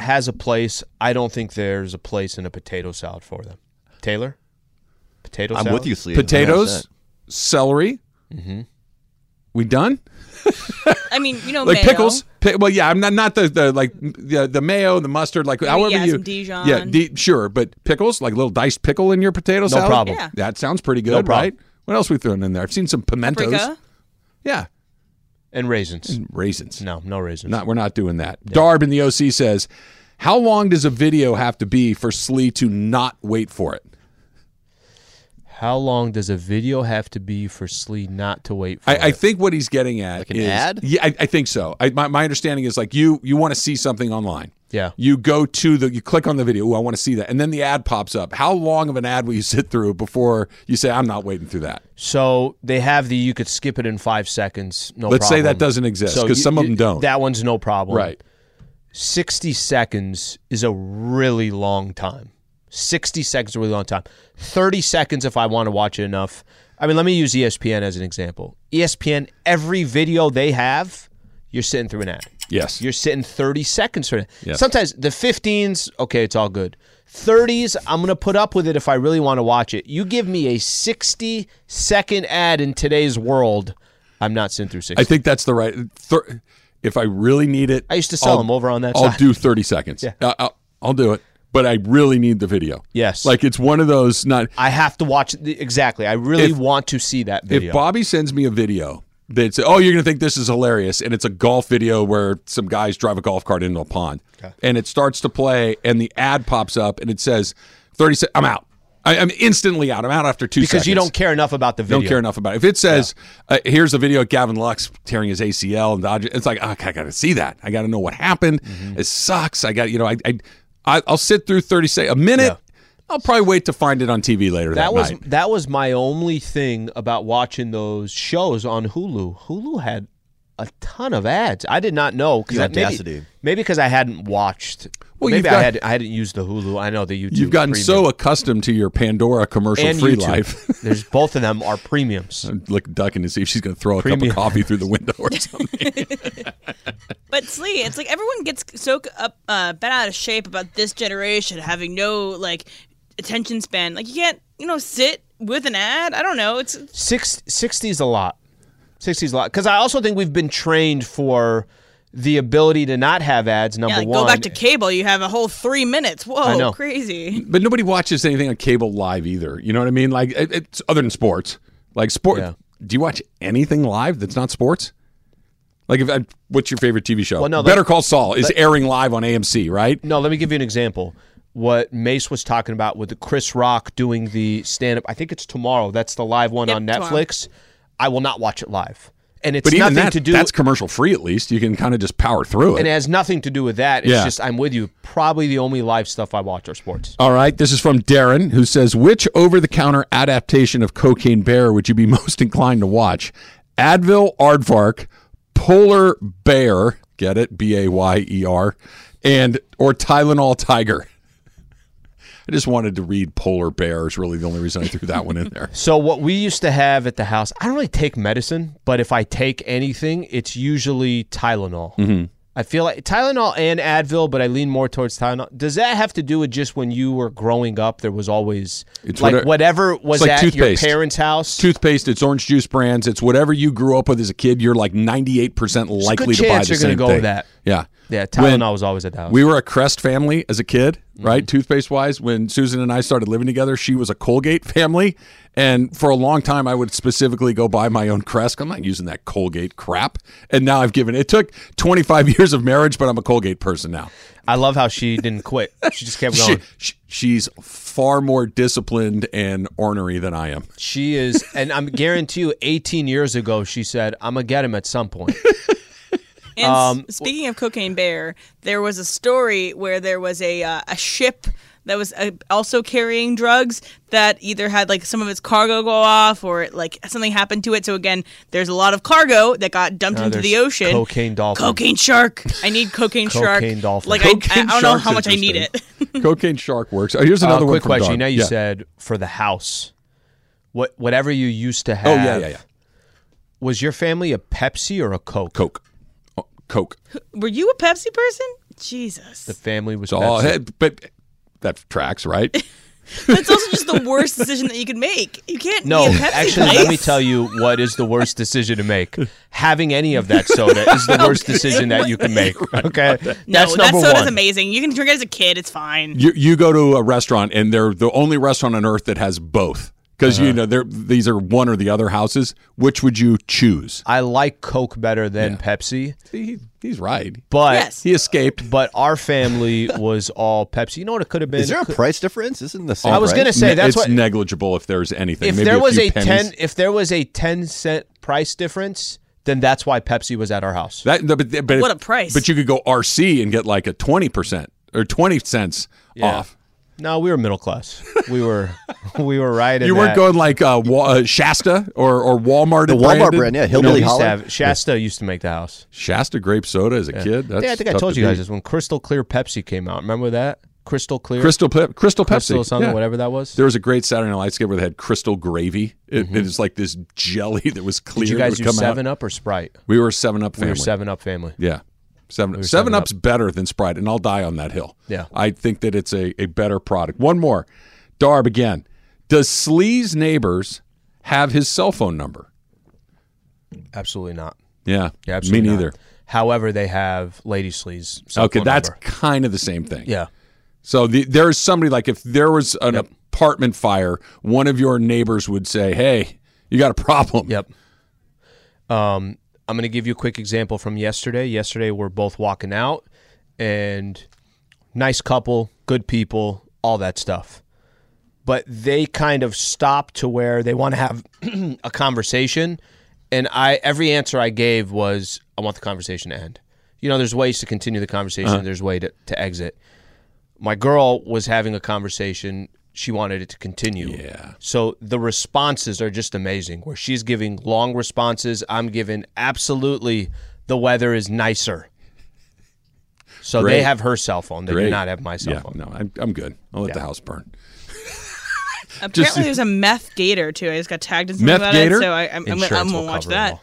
Speaker 2: has a place. I don't think there's a place in a potato salad for them. Taylor, potato
Speaker 6: I'm
Speaker 2: salad.
Speaker 6: with you, Slee.
Speaker 1: Potatoes, celery.
Speaker 2: Mm-hmm.
Speaker 1: We done?
Speaker 3: I mean, you know,
Speaker 1: like
Speaker 3: mayo.
Speaker 1: pickles. Pi- well, yeah, I'm not not the the like the, the mayo, the mustard, like however
Speaker 3: yeah,
Speaker 1: you
Speaker 3: some Dijon.
Speaker 1: Yeah, di- sure, but pickles, like little diced pickle in your potato
Speaker 2: No
Speaker 1: salad.
Speaker 2: problem.
Speaker 3: Yeah.
Speaker 1: That sounds pretty good,
Speaker 2: problem.
Speaker 1: right? What else we throwing in there? I've seen some pimentos.
Speaker 3: Paprika.
Speaker 1: Yeah,
Speaker 2: And raisins.
Speaker 1: raisins.
Speaker 2: No, no raisins.
Speaker 1: Not we're not doing that. Darb in the OC says, "How long does a video have to be for Slee to not wait for it?"
Speaker 2: How long does a video have to be for Slee not to wait for
Speaker 1: I, I
Speaker 2: it?
Speaker 1: think what he's getting at
Speaker 6: an
Speaker 1: is
Speaker 6: ad?
Speaker 1: yeah, I, I think so. I, my my understanding is like you you want to see something online.
Speaker 2: Yeah.
Speaker 1: You go to the you click on the video. Oh, I want to see that, and then the ad pops up. How long of an ad will you sit through before you say I'm not waiting through that?
Speaker 2: so they have the you could skip it in five seconds. No
Speaker 1: Let's say
Speaker 2: problem.
Speaker 1: that doesn't exist, 'cause
Speaker 2: you-
Speaker 1: some of
Speaker 2: you-
Speaker 1: them don't.
Speaker 2: That one's no problem.
Speaker 1: Right.
Speaker 2: 60 seconds is a really long time. 60 seconds is a really long time. 30 seconds if I want to watch it enough. I mean, let me use E ESPN as an example. E ESPN, every video they have, you're sitting through an ad.
Speaker 1: Yes.
Speaker 2: You're sitting 30 seconds for it.
Speaker 1: Yes.
Speaker 2: Sometimes the 15s, okay, it's all good. 30s, I'm going to put up with it if I really want to watch it. You give me a 60 second ad in today's world, I'm not sitting through 60.
Speaker 1: I think that's the right. Thir- if I really need it,
Speaker 2: I used to sell
Speaker 1: I'll-
Speaker 2: them over on that
Speaker 1: I'll
Speaker 2: side.
Speaker 1: do 30 seconds. Yeah. I'll, I'll do it, but I really need the video.
Speaker 2: Yes.
Speaker 1: Like it's one of those not.
Speaker 2: I have to watch the, exactly. I really
Speaker 1: If-
Speaker 2: want to see that video.
Speaker 1: If Bobby sends me a video that's oh you're gonna think this is hilarious and it's a golf video where some guys drive a golf cart into a pond and it starts to play and the ad pops up and it says 30 se- I'm out I, I'm instantly out I'm out after two
Speaker 2: because you
Speaker 1: seconds.
Speaker 2: don't care enough about the video.
Speaker 1: Don't care enough about it. If it says, uh, "Here's a video of Gavin Lux tearing his ACL and dodging," it's like, okay, I got to see that. I got to know what happened.
Speaker 2: Mm-hmm.
Speaker 1: It sucks. I got, you know, I, I, I- I'll sit through thirty say a minute. I'll probably wait to find it on TV later that,
Speaker 2: That was
Speaker 1: night.
Speaker 2: that was my only thing about watching those shows on Hulu. Hulu had a ton of ads. I did not know because
Speaker 6: The
Speaker 2: maybe
Speaker 6: audacity.
Speaker 2: maybe because I hadn't watched
Speaker 1: Well,
Speaker 2: Maybe
Speaker 1: you've
Speaker 2: I
Speaker 1: got-
Speaker 2: had I hadn't used the Hulu. I know the YouTube.
Speaker 1: You've gotten
Speaker 2: premium.
Speaker 1: so accustomed to your Pandora commercial
Speaker 2: and
Speaker 1: free
Speaker 2: YouTube.
Speaker 1: life.
Speaker 2: There's both of them are premiums.
Speaker 1: I'm like ducking to see if she's going to throw a cup
Speaker 2: Premium.
Speaker 1: of coffee through the window or something.
Speaker 3: But Slee, it's like everyone gets so up, uh, bent out of shape about this generation having no like attention span. Like you can't, you know, sit with an ad. I don't know. It's
Speaker 2: Six, 60's a lot. 60's a lot because I also think we've been trained for the ability to not have ads. Number
Speaker 3: yeah, like,
Speaker 2: one,
Speaker 3: go back to cable. You have a whole three minutes. Whoa,
Speaker 2: I know. Mm,
Speaker 3: crazy.
Speaker 1: but nobody watches anything on cable live either. You know what I mean? Like it, it's other than sports. Like sport.
Speaker 2: Yeah.
Speaker 1: Do you watch anything live that's not sports? Like, if I, what's your favorite TV show?
Speaker 2: Well, no,
Speaker 1: Better
Speaker 2: let-
Speaker 1: Call Saul is airing live on AMC, right?
Speaker 2: No, let me give you an example. What Mace was talking about with the Chris Rock doing the stand up. I think it's tomorrow. That's the live one
Speaker 3: Yep,
Speaker 2: on
Speaker 3: tomorrow.
Speaker 2: Netflix. I will not watch it live. And it's
Speaker 1: But even
Speaker 2: nothing
Speaker 1: that,
Speaker 2: to do
Speaker 1: that's commercial free. At least you can kind of just power through
Speaker 2: and it
Speaker 1: it.
Speaker 2: has nothing to do with that. It's
Speaker 1: Yeah.
Speaker 2: just I'm with you. Probably the only live stuff I watch are sports.
Speaker 1: All right, this is from Darren, who says, "Which over-the-counter adaptation of Cocaine Bear would you be most inclined to watch? Advil, Aardvark, Polar Bear, get it, B A Y E R, and or Tylenol Tiger." I just wanted to read Polar Bear. Is really the only reason I threw that one in there.
Speaker 2: So what we used to have at the house, I don't really take medicine, but if I take anything, it's usually Tylenol.
Speaker 1: Mm-hmm.
Speaker 2: I feel like Tylenol and Advil, but I lean more towards Tylenol. Does that have to do with just when you were growing up? There was always
Speaker 1: It's
Speaker 2: like
Speaker 1: whatever-
Speaker 2: whatever was
Speaker 1: like
Speaker 2: at
Speaker 1: toothpaste.
Speaker 2: your parents' house.
Speaker 1: Toothpaste, it's orange juice brands, it's whatever you grew up with as a kid. You're like 98 percent likely to buy
Speaker 2: chance
Speaker 1: the
Speaker 2: you're gonna
Speaker 1: same
Speaker 2: go
Speaker 1: thing.
Speaker 2: with that.
Speaker 1: Yeah,
Speaker 2: yeah,
Speaker 1: When-
Speaker 2: Tylenol was always at the house.
Speaker 1: We were a Crest family as a kid,
Speaker 2: Mm-hmm.
Speaker 1: right? Toothpaste wise, when Susan and I started living together, she was a Colgate family. And for a long time, I would specifically go buy my own Crest. I'm not using that Colgate crap. And now I've given it took 25 years of marriage, but I'm a Colgate person now.
Speaker 2: I love how she didn't quit. She just kept
Speaker 1: She,
Speaker 2: going.
Speaker 1: she, she's far more disciplined and ornery than I am.
Speaker 2: She is, and I'm guarantee you, 18 years ago, she said, "I'm gonna get him at some point."
Speaker 3: And
Speaker 2: um,
Speaker 3: s- speaking of Cocaine Bear, there was a story where there was a uh, a ship that was uh, also carrying drugs that either had like some of its cargo go off or it, like something happened to it. So again, there's a lot of cargo that got dumped into the
Speaker 2: there's
Speaker 3: ocean.
Speaker 2: cocaine dolphin.
Speaker 3: Cocaine shark. I I need cocaine shark.
Speaker 2: Cocaine dolphin.
Speaker 3: Like I, I
Speaker 1: Cocaine
Speaker 3: don't know
Speaker 1: shark's
Speaker 3: how much I need it.
Speaker 1: interesting. Cocaine shark works. Oh, here's another
Speaker 2: uh,
Speaker 1: one
Speaker 2: quick
Speaker 1: from
Speaker 2: question.
Speaker 1: Doug.
Speaker 2: Now you
Speaker 1: Yeah.
Speaker 2: said for the house, what whatever you used to
Speaker 1: Oh,
Speaker 2: have.
Speaker 1: yeah, yeah, yeah.
Speaker 2: Was your family a Pepsi or a Coke?
Speaker 1: Coke. Oh, Coke.
Speaker 3: Were you a Pepsi person? Jesus.
Speaker 2: The family was
Speaker 1: It's all,
Speaker 2: Pepsi.
Speaker 1: Oh, but that tracks, right?
Speaker 3: That's also just the worst decision that you could make. You can't
Speaker 2: No,
Speaker 3: be a Pepsi
Speaker 2: actually,
Speaker 3: place.
Speaker 2: let me tell you what is the worst decision to make. Having any of that soda is the worst decision that you can make. Okay,
Speaker 3: No,
Speaker 2: that's
Speaker 3: that
Speaker 2: number
Speaker 3: soda's
Speaker 2: one.
Speaker 3: amazing. You can drink it as a kid. It's fine.
Speaker 1: you you go to a restaurant and they're the only restaurant on earth that has both because you know they're these are one or the other houses. Which would you choose?
Speaker 2: I like Coke better than Pepsi,
Speaker 1: He, he's right.
Speaker 2: but
Speaker 3: Yes.
Speaker 1: He escaped.
Speaker 2: but our family was all Pepsi. You know what it could have been?
Speaker 6: Is there a
Speaker 2: Could-
Speaker 6: price difference? Isn't the same?
Speaker 2: I was
Speaker 6: price?
Speaker 2: gonna say that's
Speaker 1: it's
Speaker 2: what.
Speaker 1: negligible if there's anything.
Speaker 2: if
Speaker 1: Maybe
Speaker 2: there was
Speaker 1: few
Speaker 2: a
Speaker 1: pennies.
Speaker 2: ten, if there was a ten cent price difference, then that's why Pepsi was at our house.
Speaker 1: that no, but, but
Speaker 3: What a price.
Speaker 1: But you could go RC and get like a twenty percent or twenty cents off.
Speaker 2: no, we were middle class. We were, we were right. in
Speaker 1: You weren't
Speaker 2: that.
Speaker 1: going like uh, Wa- uh, Shasta or or Walmart.
Speaker 6: the Walmart brand, yeah,
Speaker 2: No, we
Speaker 6: Hillbilly
Speaker 2: used to
Speaker 6: Holler.
Speaker 2: have Shasta used to make the house.
Speaker 1: Shasta grape soda as a kid. That's
Speaker 2: yeah, I think I
Speaker 1: tough
Speaker 2: told
Speaker 1: to
Speaker 2: you guys
Speaker 1: beat.
Speaker 2: this when Crystal Clear Pepsi came out. Remember that Crystal Clear,
Speaker 1: Crystal Pep, Crystal Pepsi,
Speaker 2: Crystal something,
Speaker 1: Yeah.
Speaker 2: whatever that was.
Speaker 1: There was a great Saturday Night Live skit where they had crystal gravy. It, it is like this jelly that was clear.
Speaker 2: Mm-hmm. Did you
Speaker 1: that
Speaker 2: guys
Speaker 1: would
Speaker 2: do
Speaker 1: come
Speaker 2: Seven
Speaker 1: out.
Speaker 2: Up or Sprite?
Speaker 1: We were a Seven Up family.
Speaker 2: We were Seven Up family.
Speaker 1: Yeah, Seven Seven,
Speaker 2: Seven Up.
Speaker 1: Up's better than Sprite, and I'll die on that hill.
Speaker 2: Yeah.
Speaker 1: I think that it's a, a better product. One more, Darb again. Does Slee's neighbors have his cell phone number?
Speaker 2: Absolutely not.
Speaker 1: Yeah,
Speaker 2: Yeah, absolutely
Speaker 1: me
Speaker 2: not.
Speaker 1: neither.
Speaker 2: However, they have Lady Slee's. cell
Speaker 1: Okay,
Speaker 2: phone
Speaker 1: that's
Speaker 2: number.
Speaker 1: kind of the same thing.
Speaker 2: yeah.
Speaker 1: So the, there's somebody like if there was an apartment fire, one of your neighbors would say, "Hey, you got a problem."
Speaker 2: Yep. Um, I'm going to give you a quick example from yesterday. Yesterday, we're both walking out, and nice couple, good people, all that stuff. But they kind of stop to where they want to have a conversation, and I every answer I gave was, "I want the conversation to end." You know, there's ways to continue the conversation. There's way to, to exit. My girl was having a conversation. She wanted it to continue. Yeah. So the responses are just amazing. Where she's giving long responses, I'm giving absolutely the weather is nicer. So
Speaker 1: Great.
Speaker 2: they have her cell phone. They do
Speaker 1: Great.
Speaker 2: not have my cell
Speaker 1: yeah,
Speaker 2: phone.
Speaker 1: No, I'm, I'm good. I'll let the house burn.
Speaker 3: Apparently, there's a meth gator too. I just got tagged in something
Speaker 1: Meth
Speaker 3: about
Speaker 1: gator?
Speaker 3: it, so I, I'm, I'm, gonna- I'm
Speaker 2: Insurance will
Speaker 3: gonna watch
Speaker 2: cover it
Speaker 3: that.
Speaker 2: all.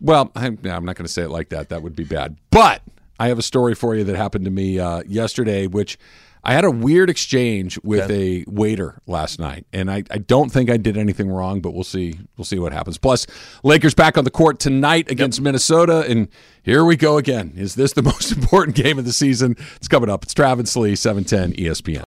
Speaker 1: Well, I'm, no, I'm not going to say it like that. That would be bad. But I have a story for you that happened to me uh, yesterday, which I had a weird exchange with a waiter last night, and I, I don't think I did anything wrong, but we'll see. We'll see what happens. Plus, Lakers back on the court tonight against Minnesota, and here we go again. Is this the most important game of the season? It's coming up. It's Travis Lee, seven ten E ESPN.